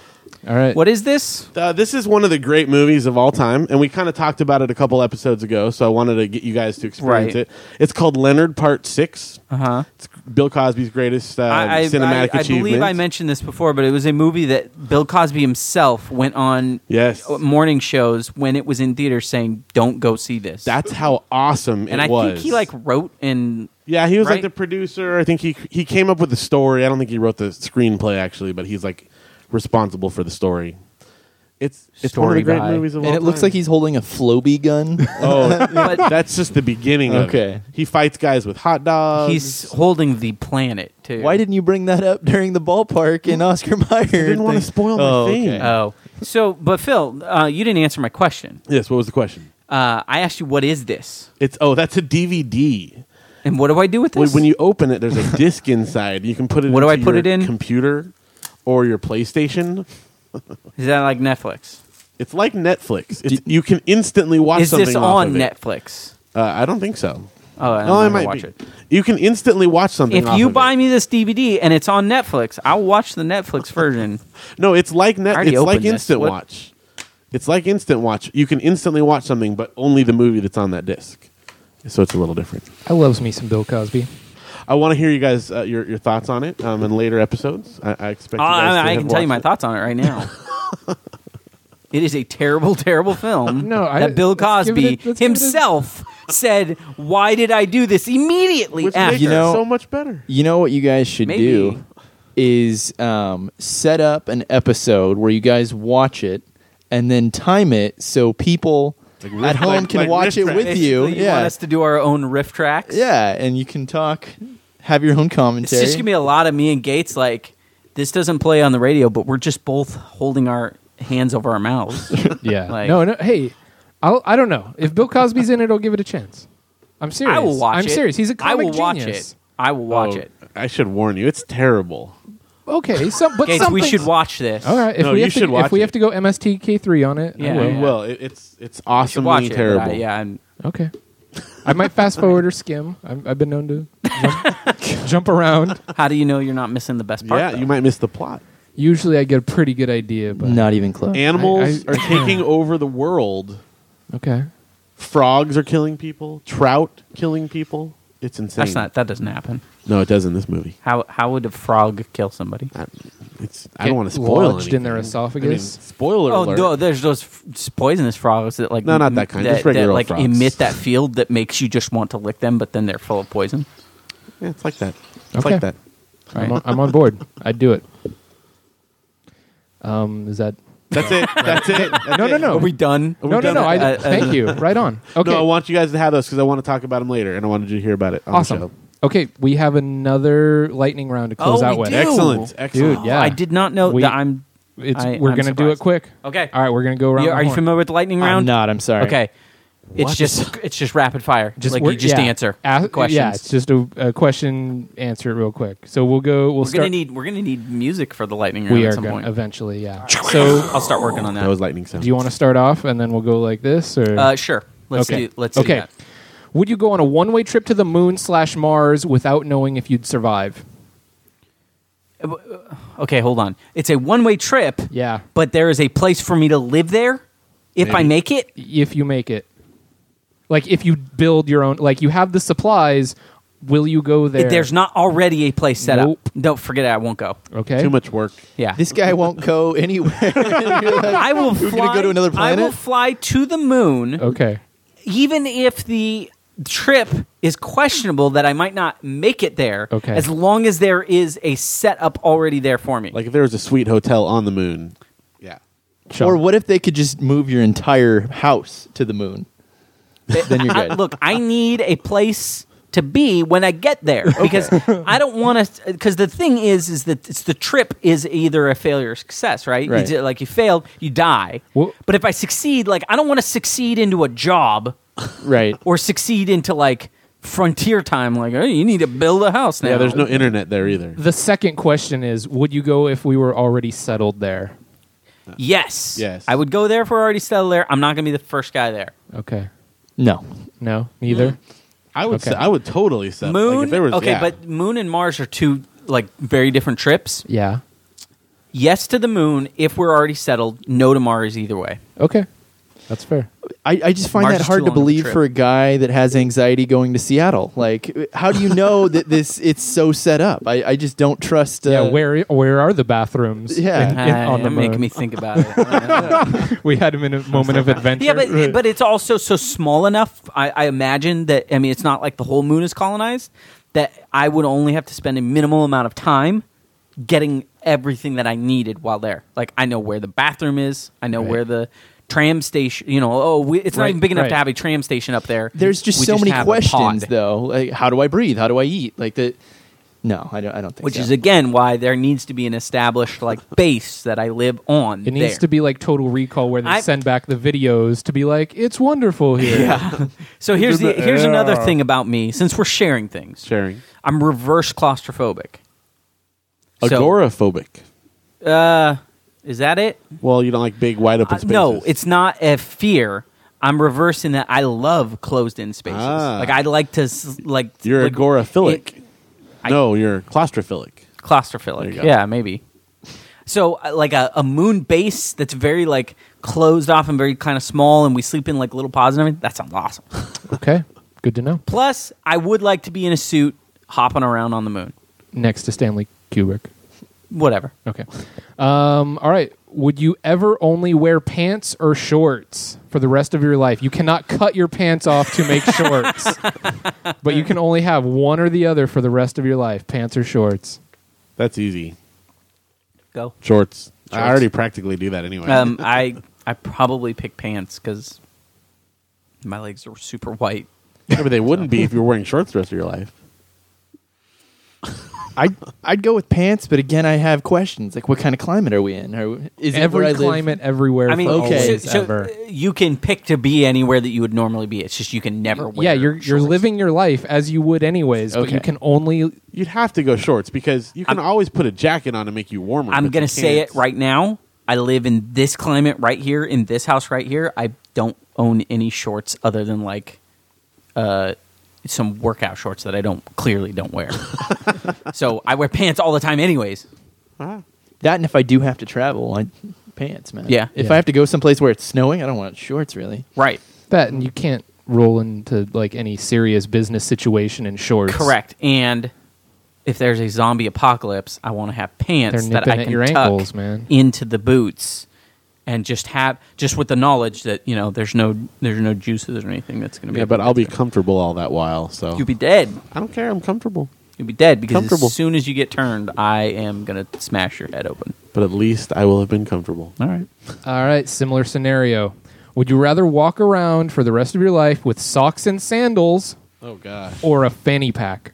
all right. what is this? Uh, this is one of the great movies of all time, and we kind of talked about it a couple episodes ago. So I wanted to get you guys to experience Right. it. It's called Leonard Part Six. Uh huh. It's Bill Cosby's greatest uh, I, I, cinematic I, I achievement. believe I mentioned this before, but it was a movie that Bill Cosby himself went on uh, Yes, morning shows when it was in theaters saying, "Don't go see this." that's how awesome and it I was. think he like wrote and yeah, he was right? like the producer. I think he he came up with the story. I don't think he wrote the screenplay actually, but he's like responsible for the story. It's it's one Story of the great by- movies of all And it looks time. like he's holding a Floby gun. oh but that's just the beginning. of it. Okay. he fights guys with hot dogs. he's holding the planet too. Why didn't you bring that up during the ballpark in Oscar Mayer? I didn't want to spoil my thing. Oh, so but Phil, uh, you didn't answer my question. Yes, what was the question? Uh, I asked you what is this It's oh, that's a DVD. and what do I do with When, this? when you open it, there's a disc inside. You can put it. What do I into put your it in? Computer or your PlayStation. is that like Netflix? It's like Netflix. It's, you can instantly watch. Is something this off on of it. Netflix? Uh, I don't think so. Oh, I don't no, know I how might to watch be. it. You can instantly watch something. If off you of buy it. me this DVD and it's on Netflix, I'll watch the Netflix version. no, it's like I net. already It's like opened this. instant What- watch. It's like instant watch. You can instantly watch something, but only the movie that's on that disc. So it's a little different. I loves me some Bill Cosby. I want to hear you guys uh, your your thoughts on it um, in later episodes. I, I expect. Oh, you guys to I, I have can tell you watched my it. thoughts on it right now. it is a terrible, terrible film. No, I- that Bill let's give it a- Cosby let's give it a- himself said, "Why did I do this immediately?" Which after makes You it know- so much better. You know what you guys should Maybe. do is um, set up an episode where you guys watch it and then time it so people Like at riff- home like- can like watch riff it track. with Basically, you. you yeah, want us to do our own riff tracks? yeah, and you can talk, have your own It's commentary. just gonna be a lot of me and Gates. Like this doesn't play on the radio, but we're just both holding our hands over our mouths. Yeah. Like- no, no. Hey, I'll, I don't know if Bill Cosby's in it. I'll give it a chance. I'm serious. I will watch I'm it. serious. He's a I comic will watch genius. it. I will watch Oh, it. I should warn you, it's terrible. okay, some, but Gates, we something- should watch this. All right, if No, we you have to, should watch if we it. have to go MSTK3 on it, I Yeah. will. You will. It, it's it's We should awesomely watch it. terrible. but I- yeah, I'm, Okay. I might fast forward or skim. I'm, I've been known to jump, jump around. how do you know you're not missing the best part? Yeah, though? you might miss the plot. Usually, I get a pretty good idea, but Not even close. Animals I- are taking over the world. okay. Frogs are killing people. Trout killing people. It's insane. That's not. That doesn't happen. No, it does in this movie. How how would a frog kill somebody? I, it's, I don't Get want to spoil lodged in anything. their esophagus. I mean, spoiler Oh alert. no! There's those f- s- poisonous frogs that like No, not that kind, That, just regular that, old like frogs. emit that field that makes you just want to lick them, but then they're full of poison. Yeah, it's like that. It's Okay. like that. I'm, on, I'm on board. I'd do it. Um, is that That's it. That's it. That's no, it. no, no? Are we done? no, no, done no. with I, that? Uh, uh, thank you. Right on. Okay. No, I want you guys to have those because I want to talk about them later, and I wanted you to hear about it. On The show. awesome. Okay, we have another lightning round to close Oh, out we with. do? Excellent, excellent. Dude, yeah. I did not know We- that. I'm. It's, I- we're I'm gonna do it surprised. quick. Okay. All right, we're gonna go around. You- the are you horn. familiar with the lightning I'm round? not. I'm sorry. Okay. It's What just it's just rapid fire. Just like we're- you just yeah. answer Ask- the questions. Yeah, it's just a, a question answer it real quick. So we'll go. We'll we're start. gonna need we're gonna need music for the lightning round we at are some gonna point. eventually. Yeah. So I'll start working on that. That was lightning sound. do you want to start off and then we'll go like this or? uh, sure. Let's okay. do let's okay. do that. Would you go on a one-way trip to the moon slash Mars without knowing if you'd survive? Okay, hold on. It's a one way trip. Yeah. But there is a place for me to live there if I Maybe. make it. If you make it, like if you build your own, like you have the supplies, will you go there? There's not already a place set Nope. up. Don't forget it. I won't go. okay. Too much work. Yeah. This guy won't go anywhere. You're like, I will We're fly. gonna go to another I will planet? Oh. fly to the moon, Okay. even if the trip is questionable that I might not make it there. Okay. As long as there is a setup already there for me. Like if there was a sweet hotel on the moon. Yeah. Sean. Or what if they could just move your entire house to the moon? then you're I- good. look, I need a place to be when I get there because I don't want to. Because the thing is, is that it's the trip is either a failure or success, right? You Right. did- like you failed, you die. Well- but if I succeed, like I don't want to succeed into a job right. or succeed into like frontier time. Like oh, you need to build a house now. Yeah, there's no internet there either. The second question is: Would you go if we were already settled there? Yes, Yes. I would go there if we're already settled there. I'm not going to be the first guy there. Okay. No. No, neither. Mm-hmm. I would Okay. say, I would totally sell. Moon. Uh, Like if there was, okay, yeah. but Moon and Mars are two like very different trips. Yeah. yes to the moon if we're already settled, no to Mars either way. Okay. That's fair. Uh, I, I just find Mars that is hard too to long of a believe trip. for a guy that has anxiety going to Seattle. Like, how do you know that this it's so set up? I, I just don't trust. Uh, yeah. Where where are the bathrooms? Yeah. in- in- Uh, on the it make moon? me think about it. we had him in a moment of adventure. yeah, but but it's also so small enough. I, I imagine that I mean it's not like the whole moon is colonized. That I would only have to spend a minimal amount of time getting everything that I needed while there. Like I know where the bathroom is. I know Right. where the tram station. You know, oh, we, it's not Right, even big enough right. to have a tram station up there. there's just We so just many have a pod. questions, though. Like, how do I breathe? How do I eat? Like that. No, I don't. I don't think. Which so. is again why there needs to be an established like base that I live on. it needs there. to be like Total Recall, where they I- send back the videos to be like, "It's wonderful here." Yeah. So here's the, Did the- here's another Yeah. thing about me. Since we're sharing things, sharing I'm reverse claustrophobic. So- agoraphobic. Uh, is that it? Well, you don't like big wide open Uh, spaces. no, it's not a fear. I'm reversing that. I love closed in spaces. Ah. Like I like to s- like you're like, agoraphilic. it- no, you're claustrophilic. There you claustrophilic. go. Yeah, maybe. So uh, like a, a moon base that's very like closed off and very kind of small, and we sleep in like little pods and everything. That sounds awesome. okay. Good to know. Plus, I would like to be in a suit hopping around on the moon. Next to Stanley Kubrick. Whatever. Okay. Um, all right. Would you ever only wear pants or shorts for the rest of your life? You cannot cut your pants off to make shorts, but you can only have one or the other for the rest of your life: pants or shorts. That's easy. Go. Shorts. I Shorts. already practically do that anyway. Um, I I probably pick pants because my legs are super white. Yeah, but they wouldn't be if you were wearing shorts the rest of your life. I'd, I'd go with pants, but again, I have questions. Like, what kind of climate are we in? Are, is it where I Every live? climate, everywhere, I mean, for okay. always, so- so ever. you can pick to be anywhere that you would normally be. It's just you can never wear. yeah, you're you're shorts. living your life as you would anyways, but Okay. you can only You'd have to go shorts because you can always put a jacket on to make you warmer. I'm but gonna you say can't. it right now. I live in this climate right here in this house right here. I don't own any shorts other than like uh, some workout shorts that I don't clearly don't wear. so I wear pants all the time, anyways. That, and if I do have to travel, I pants, man. Yeah. If Yeah. I have to go someplace where it's snowing, I don't want shorts, really. Right. that, and you can't roll into like any serious business situation in shorts. Correct. And if there's a zombie apocalypse, I want to have pants They're that nipping I at can your tuck ankles, man. into the boots, and just have just with the knowledge that you know there's no there's no juices or anything that's going to be. Yeah, but I'll be comfortable all that while. So you'll be dead. I don't care. I'm comfortable. You'll be dead because Comfortable. as soon as you get turned, I am going to smash your head open. But at least I will have been comfortable. All right. All right, similar scenario. Would you rather walk around for the rest of your life with socks and sandals Oh gosh. or a fanny pack?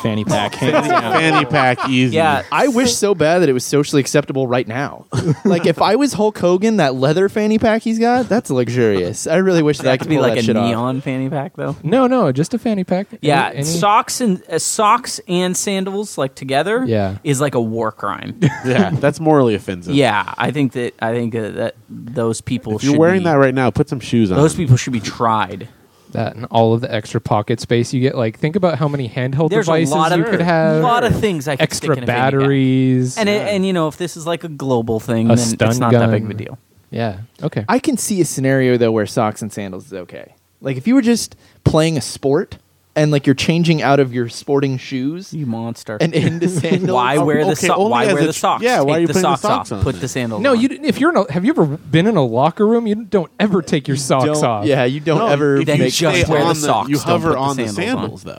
Fanny pack. hands down. Fanny pack easy. Yeah. I wish so bad that it was socially acceptable right now. like if I was Hulk Hogan, that leather fanny pack he's got, that's luxurious. I really wish that I That could could be pull like that a shit off. neon fanny pack, though. No, no, just a fanny pack. Any- Yeah, any- socks and uh, socks and sandals like together. Yeah. is like a war crime. yeah. That's morally offensive. Yeah, I think that I think that, that those people. If you're should wearing be- that right now, put some shoes on. those people should be tried. that and all of the extra pocket space you get. Like, think about how many handheld There's a devices lot of you could have. lot of things I could extra stick in a fanny pack. batteries. And it, and you know if this is like a global thing, A then it's stun not that big of a gun. deal. yeah, okay. I can see a scenario though where socks and sandals is okay. Like if you were just playing a sport and like you're changing out of your sporting shoes You monster. and into sandals. why wear the okay, so- only why as wear a the tr- socks? yeah, Take why are you the putting the socks, socks off. on Put then? the sandals. no, on. you. didn't- If you're in a, have you ever been in a locker room? You don't ever take your socks Don't- off. Yeah, you don't No, ever if Then you make just stay wear the on socks, You don't hover put the on the sandals sandals on.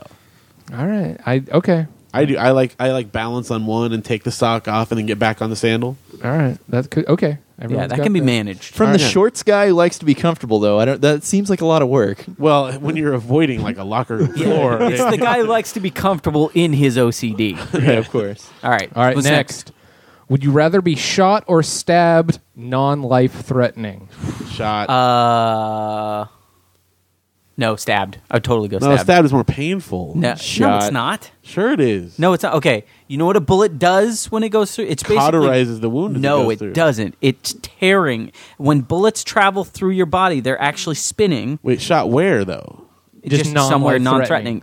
though. All right. I okay. I do. I like. I like balance on one and take the sock off and then get back on the sandal. All right. That could okay. yeah, Everyone's that got can be managed. from the Yeah. shorts guy who likes to be comfortable though. I don't that seems like a lot of work. Well, when you're avoiding like a locker room floor, it's the guy who likes to be comfortable in his OCD. yeah, of course. All right, All right. what's Next. would you rather be shot or stabbed, non-life threatening? shot. Uh, no, stabbed. I would totally go no, stabbed. stabbed is more painful. No, no, Shot. it's not. Sure, it is. No, it's not. Okay, you know what a bullet does when it goes through? It's basically cauterizes the wound. as No, goes it through. doesn't. It's tearing. When bullets travel through your body, they're actually spinning Wait, shot where though? Just just, somewhere non-life-threatening.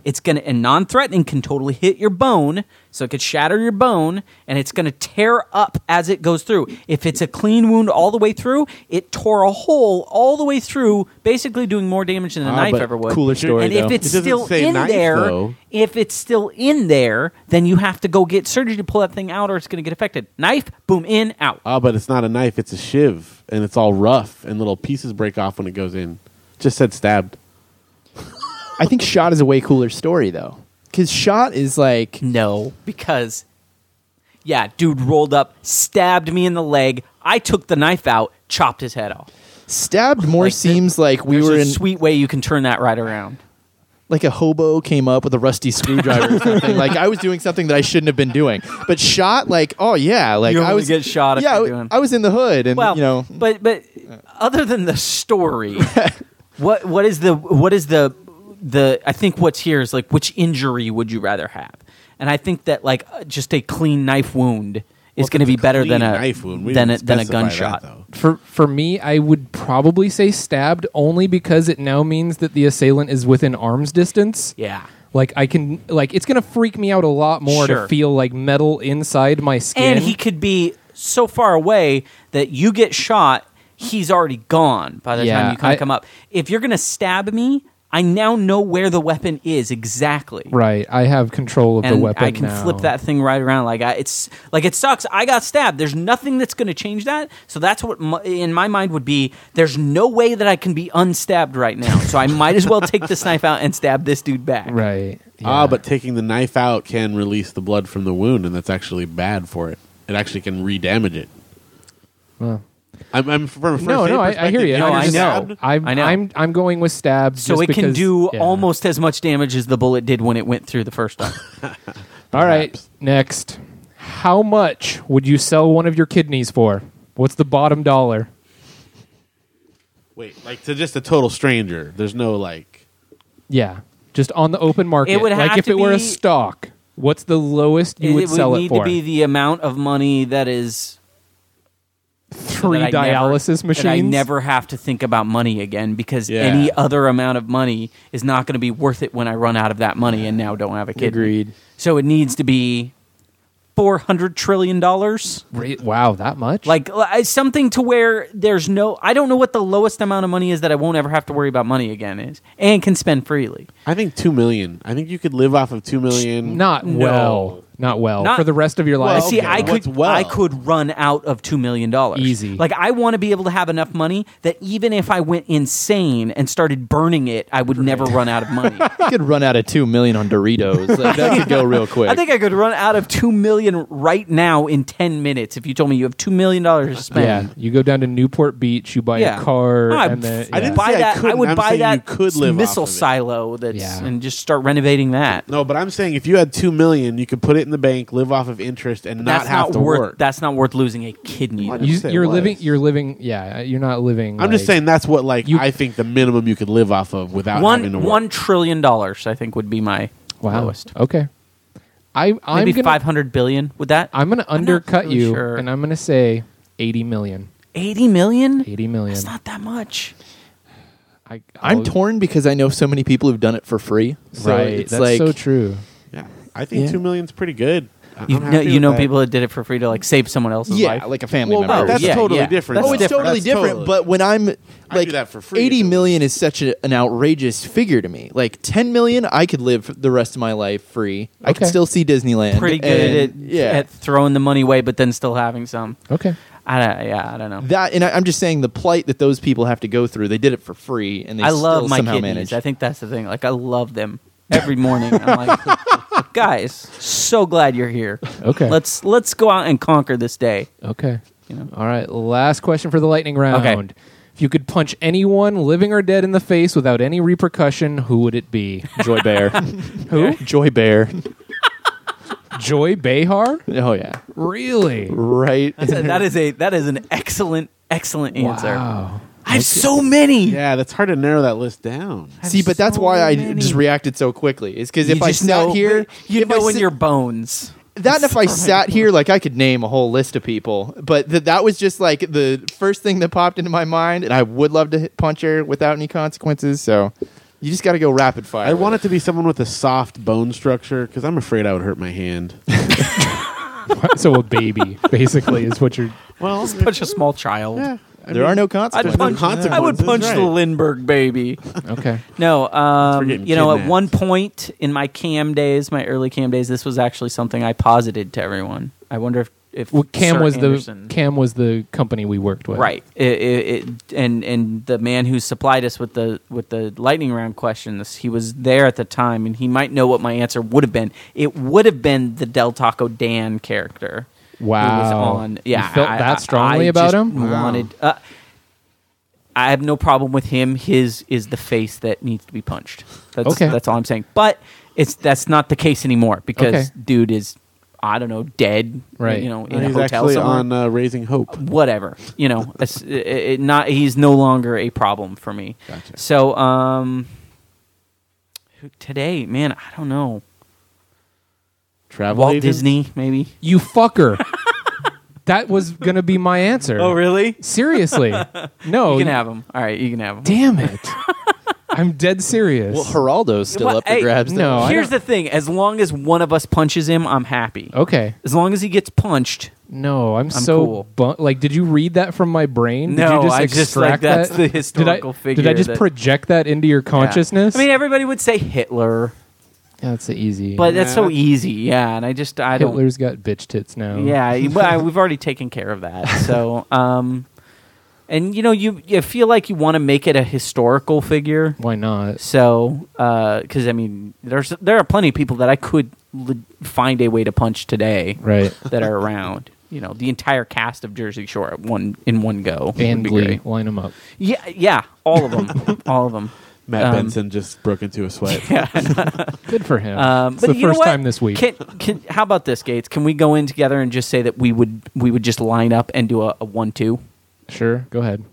non-threatening. It's gonna and non-threatening can totally hit your bone, so it could shatter your bone, and it's gonna tear up as it goes through. If it's a clean wound all the way through, it tore a hole all the way through, basically doing more damage than a Ah, knife but ever would. cooler story, And if though. it's It doesn't still say in knife, there, though. if it's still in there, then you have to go get surgery to pull that thing out, or it's gonna get affected. Knife, boom, in, out. Ah, but it's not a knife. It's a shiv, and it's all rough, and little pieces break off when it goes in. Just said stabbed. I think shot is a way cooler story though. Cuz shot is like No, because yeah, dude rolled up, stabbed me in the leg. I took the knife out, chopped his head off. stabbed more Like, there- seems like we There's were a in sweet way you can turn that right around. like a hobo came up with a rusty screwdriver or something. like I was doing something that I shouldn't have been doing. But shot like oh yeah, like You I only was get shot if yeah, you're I- doing- I was in the hood and Well, you know but but other than the story, what what is the what is the the I think what's here is like which injury would you rather have? And I think that like uh, just a clean knife wound is Well, going to if be it's a better than clean a knife wound, we than a, didn't than a specify gunshot. that, though. For for me, I would probably say stabbed only because it now means that the assailant is within arm's distance. yeah. Like I can like it's gonna freak me out a lot more Sure. to feel like metal inside my skin. and he could be so far away that you get shot he's already gone by the Yeah, time you kind I- of come up if you're gonna stab me i now know where the weapon is exactly right, I have control of and the weapon. i can now. flip that thing right around like I, it's like it sucks i got stabbed there's nothing that's gonna change that so that's what my, in my mind would be there's no way that i can be unstabbed right now so i might as well take this knife out and stab this dude back Right. Ah, yeah. but taking the knife out can release the blood from the wound, and that's actually bad for it. It actually can re-damage it. Well. I'm, I'm from a first no, aid no, I, I hear perspective, you. if No, you're I know. stabbed, I'm, I know. I'm, I'm going with stabbed. so just it can because- do yeah. almost as much damage as the bullet did when it went through the first time All right, Perhaps. next. How much would you sell one of your kidneys for? What's the bottom dollar? Wait, like to just a total stranger. There's no like. Yeah, just on the open market. It would like have if to it were a be- stock. What's the lowest you it would sell need it for? to be the amount of money that is that Three I never- dialysis machines. That I never have to think about money again because Yeah. any other amount of money is not going to be worth it when I run out of that money and now don't have a kid. Agreed. So it needs to be four hundred trillion dollars. Re- wow, that much? Like l- I- something to where there's no. I don't know what the lowest amount of money is that I won't ever have to worry about money again is, and can spend freely. I think two million. I think you could live off of two million. not No. well, not well Not- for the rest of your Well, life. See, okay. I What's could well? I could run out of two million dollars Easy. Like I want to be able to have enough money that even if I went insane and started burning it, I would never run out of money. You could run out of two million on Doritos. Like, that could go real quick. I think I could run out of two million right now in ten minutes if you told me you have two million dollars to yeah, spend. you go down to Newport Beach, you buy Yeah. a car, I'd and then, I yeah. didn't buy say I that. I, couldn't. would I'm buy saying that you could live missile off of it. silo that's Yeah. and just start renovating that. No, but I'm saying if you had two million, you could put it in the bank, live off of interest, and not that's have not to worth. work. That's not worth losing a kidney. Why though. not? you, say it you're was. living. You're living. Yeah, you're not living. I'm just like- saying that's what like You- I think the minimum you could live off of without having to One work. one trillion dollars, I think, would be my Wow. lowest. Okay. I, I'm Maybe gonna, five hundred billion. Would that? I'm going to not undercut really you, sure. and I'm going to say 80 million. 80 million? 80 million. That's not that much. I, I'm I'll- torn because I know so many people who've done it for free. So right. It's That's like so true. Yeah, I think Yeah. two million's pretty good. I- You I'm know, happy you with know that. people that did it for free to like save someone else's yeah, life. like a family Well, member. no, that's yeah, totally yeah. different. That's oh, it's different. totally That's different. totally- But when I'm like do that for free. eighty million is such a, an outrageous figure to me. Like ten million, I could live the rest of my life free. I could Okay. still see Disneyland. Pretty good and- at, at throwing the money away, but then still having some. Okay. I don't, yeah, I don't know. that. And I, I'm just saying the plight that those people have to go through. They did it for free, and they I love still my somehow kidneys. managed. I think that's the thing. Like I love them every morning. I'm like, guys, so glad you're here. Okay. let's let's go out and conquer this day. Okay. You know? All right. Last question for the lightning round. Okay. If you could punch anyone, living or dead, in the face without any repercussion, who would it be? Joy Bear. Who? Joy Bear. Joy Behar? Oh yeah. Really? Right. That's a, that is a that is an excellent excellent answer. Wow. I have so many. Yeah, that's hard to narrow that list down. See, but that's so why I many. just reacted so quickly. Is because You if I just sat know- here, you if I know in sit- your bones. that, and if I sat here, like I could name a whole list of people, but th- that was just like the first thing that popped into my mind, and I would love to hit punch her without any consequences. So you just got to go rapid fire. I want it to be someone with a soft bone structure because I'm afraid I would hurt my hand. so a baby, basically, is what you're. Well, Punch a small child. yeah, I there mean, are no I'd consequences. no punch, I would consequences, punch right. the Lindbergh baby. Okay. No, um, getting you know, at kidnapped. one point in my cam days, my early cam days, this was actually something I posited to everyone. I wonder if if Well, Cam Sir was Anderson- the Cam was the company we worked with. right, I- I- it- and and the man who supplied us with the with the lightning round question, this, he was there at the time, and he might know what my answer would have been. It would have been the Del Taco Dan character. who was Wow. on. Yeah, You felt I- that I- strongly I about just him? Wow. Wanted. Uh, I have no problem with him. His is the face that needs to be punched. That's, Okay. that's all I'm saying. But it's that's not the case anymore because Okay. dude is I don't know dead. Right. You know, in And a uh, he's hotel actually somewhere. on uh, Raising Hope. Whatever. You know, it's, it, it not he's no longer a problem for me. Gotcha. So um, who- today, man, I don't know. Travel Walt agent? Disney, maybe. You fucker. that was gonna be my answer. Oh, really? Seriously. No. You can have him. All right, you can have him. Damn it. I'm dead serious. Well, Geraldo's still Well, up for hey, grabs. though. no, I Here's the thing: as long as one of us punches him, I'm happy. okay. As long as he gets punched, No, I'm, so cool. bu- like. Did you read that from my brain? did No, you just I just, like, extract that's that? the did historical I, figure Did I just that- project that into your consciousness? I mean, everybody would say Hitler, yeah, that's easy. but that's so Yeah. easy. Yeah, and I just I don't. Hitler's got bitch tits now. Yeah, I- well, I- we've already taken care of that. So, um, and you know, you you feel like you want to make it a historical figure. Why not? So, because I mean, there's there are plenty of people that I could li- find a way to punch today. Right. that are around. You know, the entire cast of Jersey Shore at one in one go. would And be Glee, great. line them up. Yeah, yeah, all of them, all of them. Matt Um, Benson just broke into a sweat. Good for him. Um, it's but the you know first what? time this week. Can, can, how about this, Gates? Can we go in together and just say that we would we would just line up and do a, a one-two Sure, go ahead.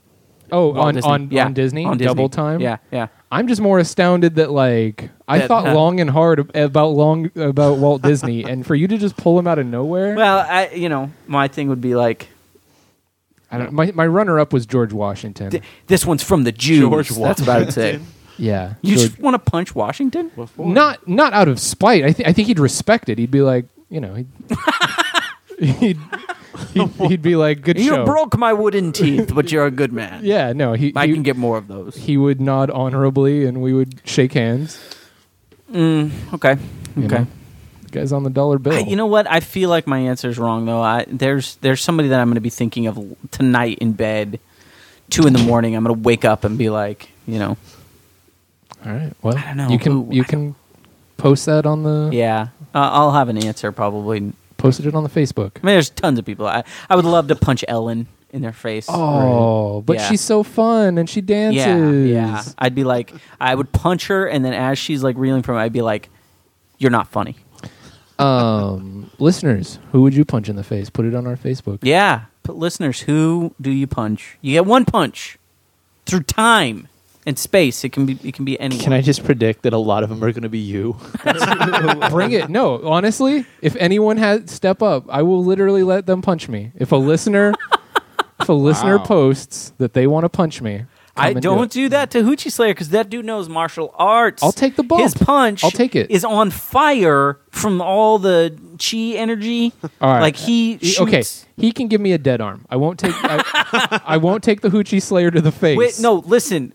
Oh, Walt on Disney. on, Yeah, on Disney, double time. Yeah, yeah. I'm just more astounded that like I That, thought uh, long and hard ab- about long about Walt Disney, and for you to just pull him out of nowhere. Well, I you know my thing would be like I don't, my my runner up was George Washington. th- this one's from the Jews. George That's what I would say. yeah, You George- just want to punch Washington? not not out of spite. I think I think he'd respect it. He'd be like, you know, he'd he'd, he'd, he'd be like, good You show. broke my wooden teeth, but you're a good man. Yeah, no, he I he, can get more of those. he would nod honorably, and we would shake hands. Mm, Okay. you Okay. know? The guy's on the dollar bill. I, you know what? I feel like my answer is wrong though. I, there's there's somebody that I'm going to be thinking of l- tonight in bed, two in the morning. I'm going to wake up and be like, you know, All right. Well, I don't know You can who- you I can post that on the yeah, uh, I'll have an answer probably. I mean, posted it on the Facebook. there's tons of people. I I would love to punch Ellen in their face. Oh, but Yeah. she's so fun and she dances. yeah, yeah. I'd be like, I would punch her, and then as she's like reeling from it, I'd be like, "You're not funny." Um, listeners, who would you punch in the face? Put it on our Facebook. Yeah, but listeners, who do you punch? You get one punch through time and space. It can be it can be anyone. Can I just predict that a lot of them are going to be you? Bring it. No, honestly, if anyone has step up, I will literally let them punch me. If a listener, if a listener Wow. posts that they want to punch me, come I and don't Do it. do, that to Hoochie Slayer because that dude knows martial arts. I'll take the bump. His punch I'll take it. is on fire from all the chi energy. All right. Like he He- shoots. okay, he can give me a dead arm. I won't take. I, I won't take the hoochie slayer to the face. Wait, no, listen.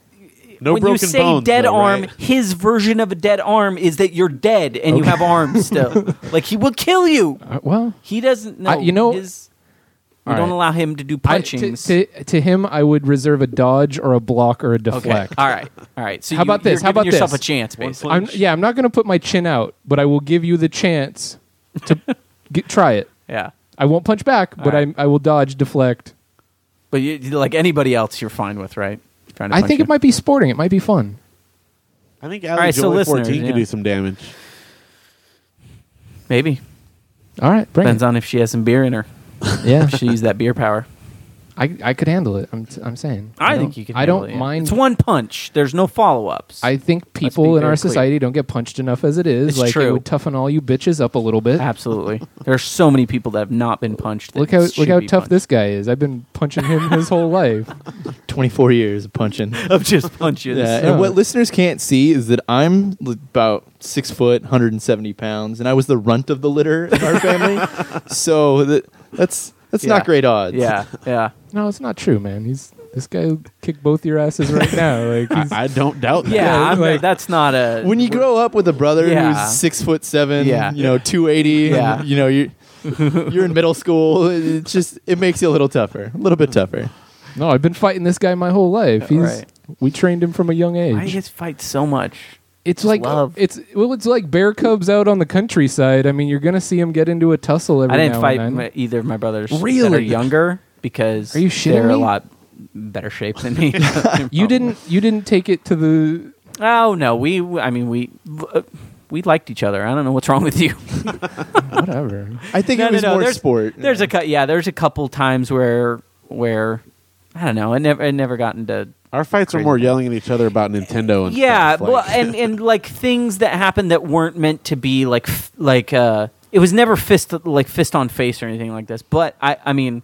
No when broken you say bones, dead though, arm, right? his version of a dead arm is that you're dead and you have arms still. like he will kill you. Uh, well, He doesn't know. I- you know- his, we All don't right. allow him to do I- punchings. to, to, to him, I would reserve a dodge or a block or a okay. deflect. All right. All right. So How you, about you're this? How giving about yourself this? a chance, One basically. I'm, yeah, I'm not going to put my chin out, but I will give you the chance to get, try it. Yeah. I won't punch back, but right. I, I will dodge, deflect. But you, like anybody else, you're fine with, right? Trying to I punch think you. it might be sporting. It might be fun. I think right, Alex so Jolie listeners, 14 yeah. could do some damage. Maybe. All right, bring Depends it. on if she has some beer in her. Yeah, If she used that beer power. I, I could handle it. I'm, t- I'm saying. I, don't- think you can. I handle don't it, yeah. mind. It's one punch. There's no follow ups. I think be people in very clear. our society don't get punched enough as it is. It's like it true. would toughen all you bitches up a little bit. Absolutely. there are so many people that have not been punched. that Look how should look how be tough punched. this guy is. I've been punching him his whole life. 24 years of punching. of just punches. Yeah, so- and what listeners can't see is that I'm l- about six foot, 170 pounds, and I was the runt of the litter in our family. so that, that's that's Yeah. not great odds. Yeah. Yeah. No, it's not true, man. He's this guy will kick both your asses right now. Like he's, I, I don't doubt that. Yeah. I'm- like- that's not a. When you grow up with a brother Yeah. who's six foot seven, Yeah. you know, 280, Yeah. and, you know, you're, you're in middle school, it just it makes you a little tougher, a little bit tougher. no, I've been fighting this guy my whole life. He's Right. we trained him from a young age. I just fight so much. it's like love. it's well, it's like bear cubs out on the countryside. I mean, you're gonna see him get into a tussle every I didn't now fight and my, then. either of my brothers that are Really? younger because Are you shitting they're me? a lot better shape than me. You didn't you didn't take it to the Oh no, we. I mean, we uh, we liked each other. I don't know what's wrong with you. whatever. I think No, it no, was no, more there's- sport. There's a cou- yeah. There's a couple times where where I don't know. I never I never got into Our fights are more yelling at each other about Nintendo and yeah. stuff, like- well, and and like things that happened that weren't meant to be like f- like uh. It was never fist like fist on face or anything like this. But I I mean,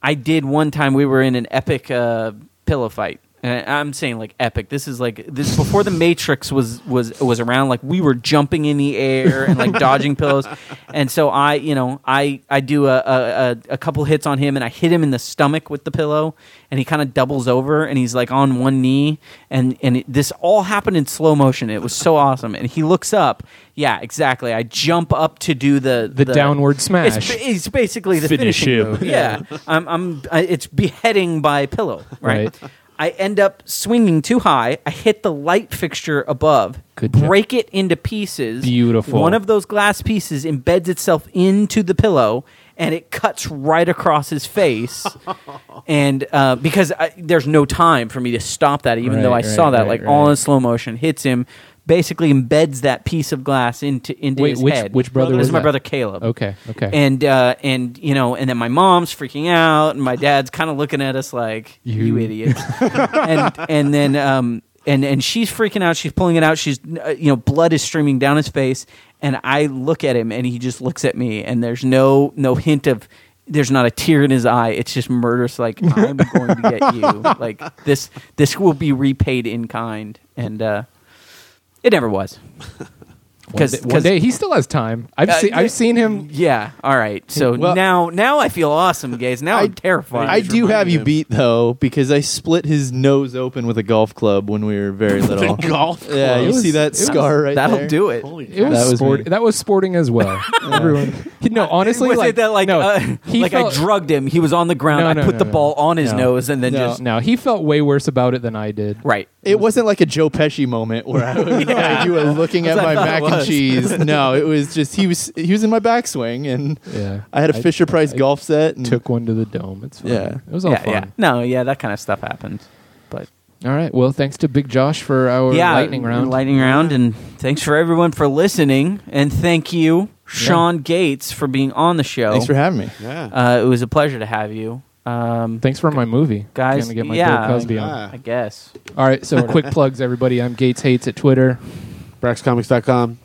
I did one time. We were in an epic uh, pillow fight. And I'm saying like epic. This is like this before the Matrix was was was around. Like we were jumping in the air and like dodging pillows. And so I, you know, I I do a a, a, a couple hits on him and I hit him in the stomach with the pillow. And he kind of doubles over and he's like on one knee. And and it, this all happened in slow motion. It was so awesome. And he looks up. Yeah, exactly. I jump up to do the The downward smash. It's, ba- it's basically the Finish finishing him. move. Yeah, I'm, I'm. I, it's beheading by pillow, right? Right. I end up swinging too high. I hit the light fixture above, Good job. break it into pieces. Beautiful. One of those glass pieces embeds itself into the pillow, and it cuts right across his face. and uh, because I, there's no time for me to stop that, even though I Right, saw right, that, right, like right. all in slow motion, hits him. Basically embeds that piece of glass into into Wait, his which- head. which brother This was is my that? brother Caleb. Okay, okay. And uh, and you know, and then my mom's freaking out, and my dad's kind of looking at us like, "You, You- idiot," and and then um and and she's freaking out. She's pulling it out. She's uh, you know, blood is streaming down his face, and I look at him, and he just looks at me, and there's no no hint of. There's not a tear in his eye. It's just murderous. Like I'm going to get you. Like this. This will be repaid in kind, and uh, it never was. One, day, one day he still has time. I've Uh, seen yeah. I've seen him. Yeah. All right. So Well- now, now I feel awesome, guys. Now I, am terrified. I do have you him. beat though because I split his nose open with a golf club when we were very little. golf. yeah, you It see was- that it scar right That'll there? do it. It was, That was sport, me. that was sporting as well. Everyone, no, honestly, was like, it that like no, uh, he like felt- I drugged him? He was on the ground. No, I no, put no, the no. ball on his No. nose and then No. just No, he felt way worse about it than I did. right. It wasn't like a Joe Pesci moment where I was like, you were looking at That's my what I mac thought it and was. cheese. No, it was just he was he was in my backswing and Yeah. I had a I- Fisher Price I golf set. And Took one to the dome. It's fine. Yeah. It was all Yeah, fun. yeah. No, yeah, that kind of stuff happened. But All right. Well, thanks to Big Josh for our yeah, lightning round. lightning round, and thanks for everyone for listening, and thank you, Sean Gates, for being on the show. Thanks for having me. Yeah. uh, it was a pleasure to have you, um, Thanks for my movie. Guys, Gonna get my yeah. Bill Cosby on. Ah. I guess. All right. So quick plugs, everybody. I'm Gates Hates at Twitter. BraxComics.com.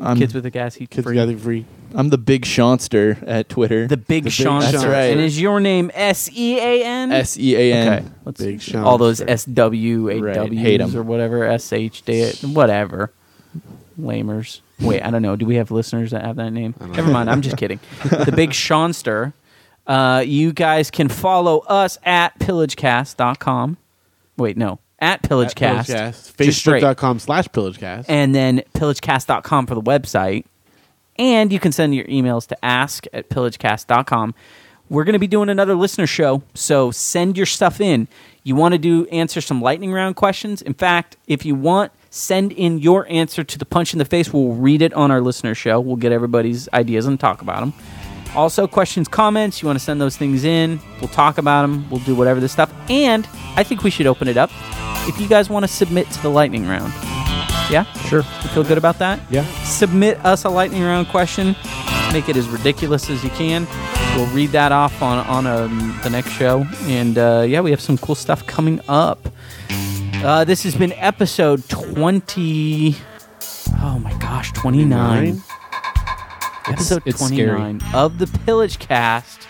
I'm, Kids with a gas heat Kids free. Gathering Free. I'm the big Seanster at Twitter. The Big Sean. Sean. That's right. And is your name S E A N? S E A N. Okay. Let's Big see. Sean. All those Sure. S W A Right. Hate 'em. W's or whatever S H D whatever. Lamers. Wait, I don't know. Do we have listeners that have that name? Never mind. I'm just kidding. The Big Seanster. Uh, you guys can follow us at pillagecast.com. Wait, no. At pillagecast. Just straight Facebook.com slash pillagecast. and then pillagecast.com for the website. And you can send your emails to ask at pillagecast.com. We're going to be doing another listener show, so send your stuff in. You want to do answer some lightning round questions? In fact, if you want, send in your answer to the punch in the face. We'll read it on our listener show. We'll get everybody's ideas and talk about them. Also, questions, comments, you want to send those things in. We'll talk about them. We'll do whatever this stuff. And I think we should open it up if you guys want to submit to the lightning round. Yeah? Sure. You feel good about that? Yeah. Submit us a lightning round question. Make it as ridiculous as you can. We'll read that off on on um, the next show. And uh, yeah, we have some cool stuff coming up. Uh, this has been episode twenty. Oh my gosh, twenty nine. It's- Episode it's twenty scary. nine of the Pillage Cast.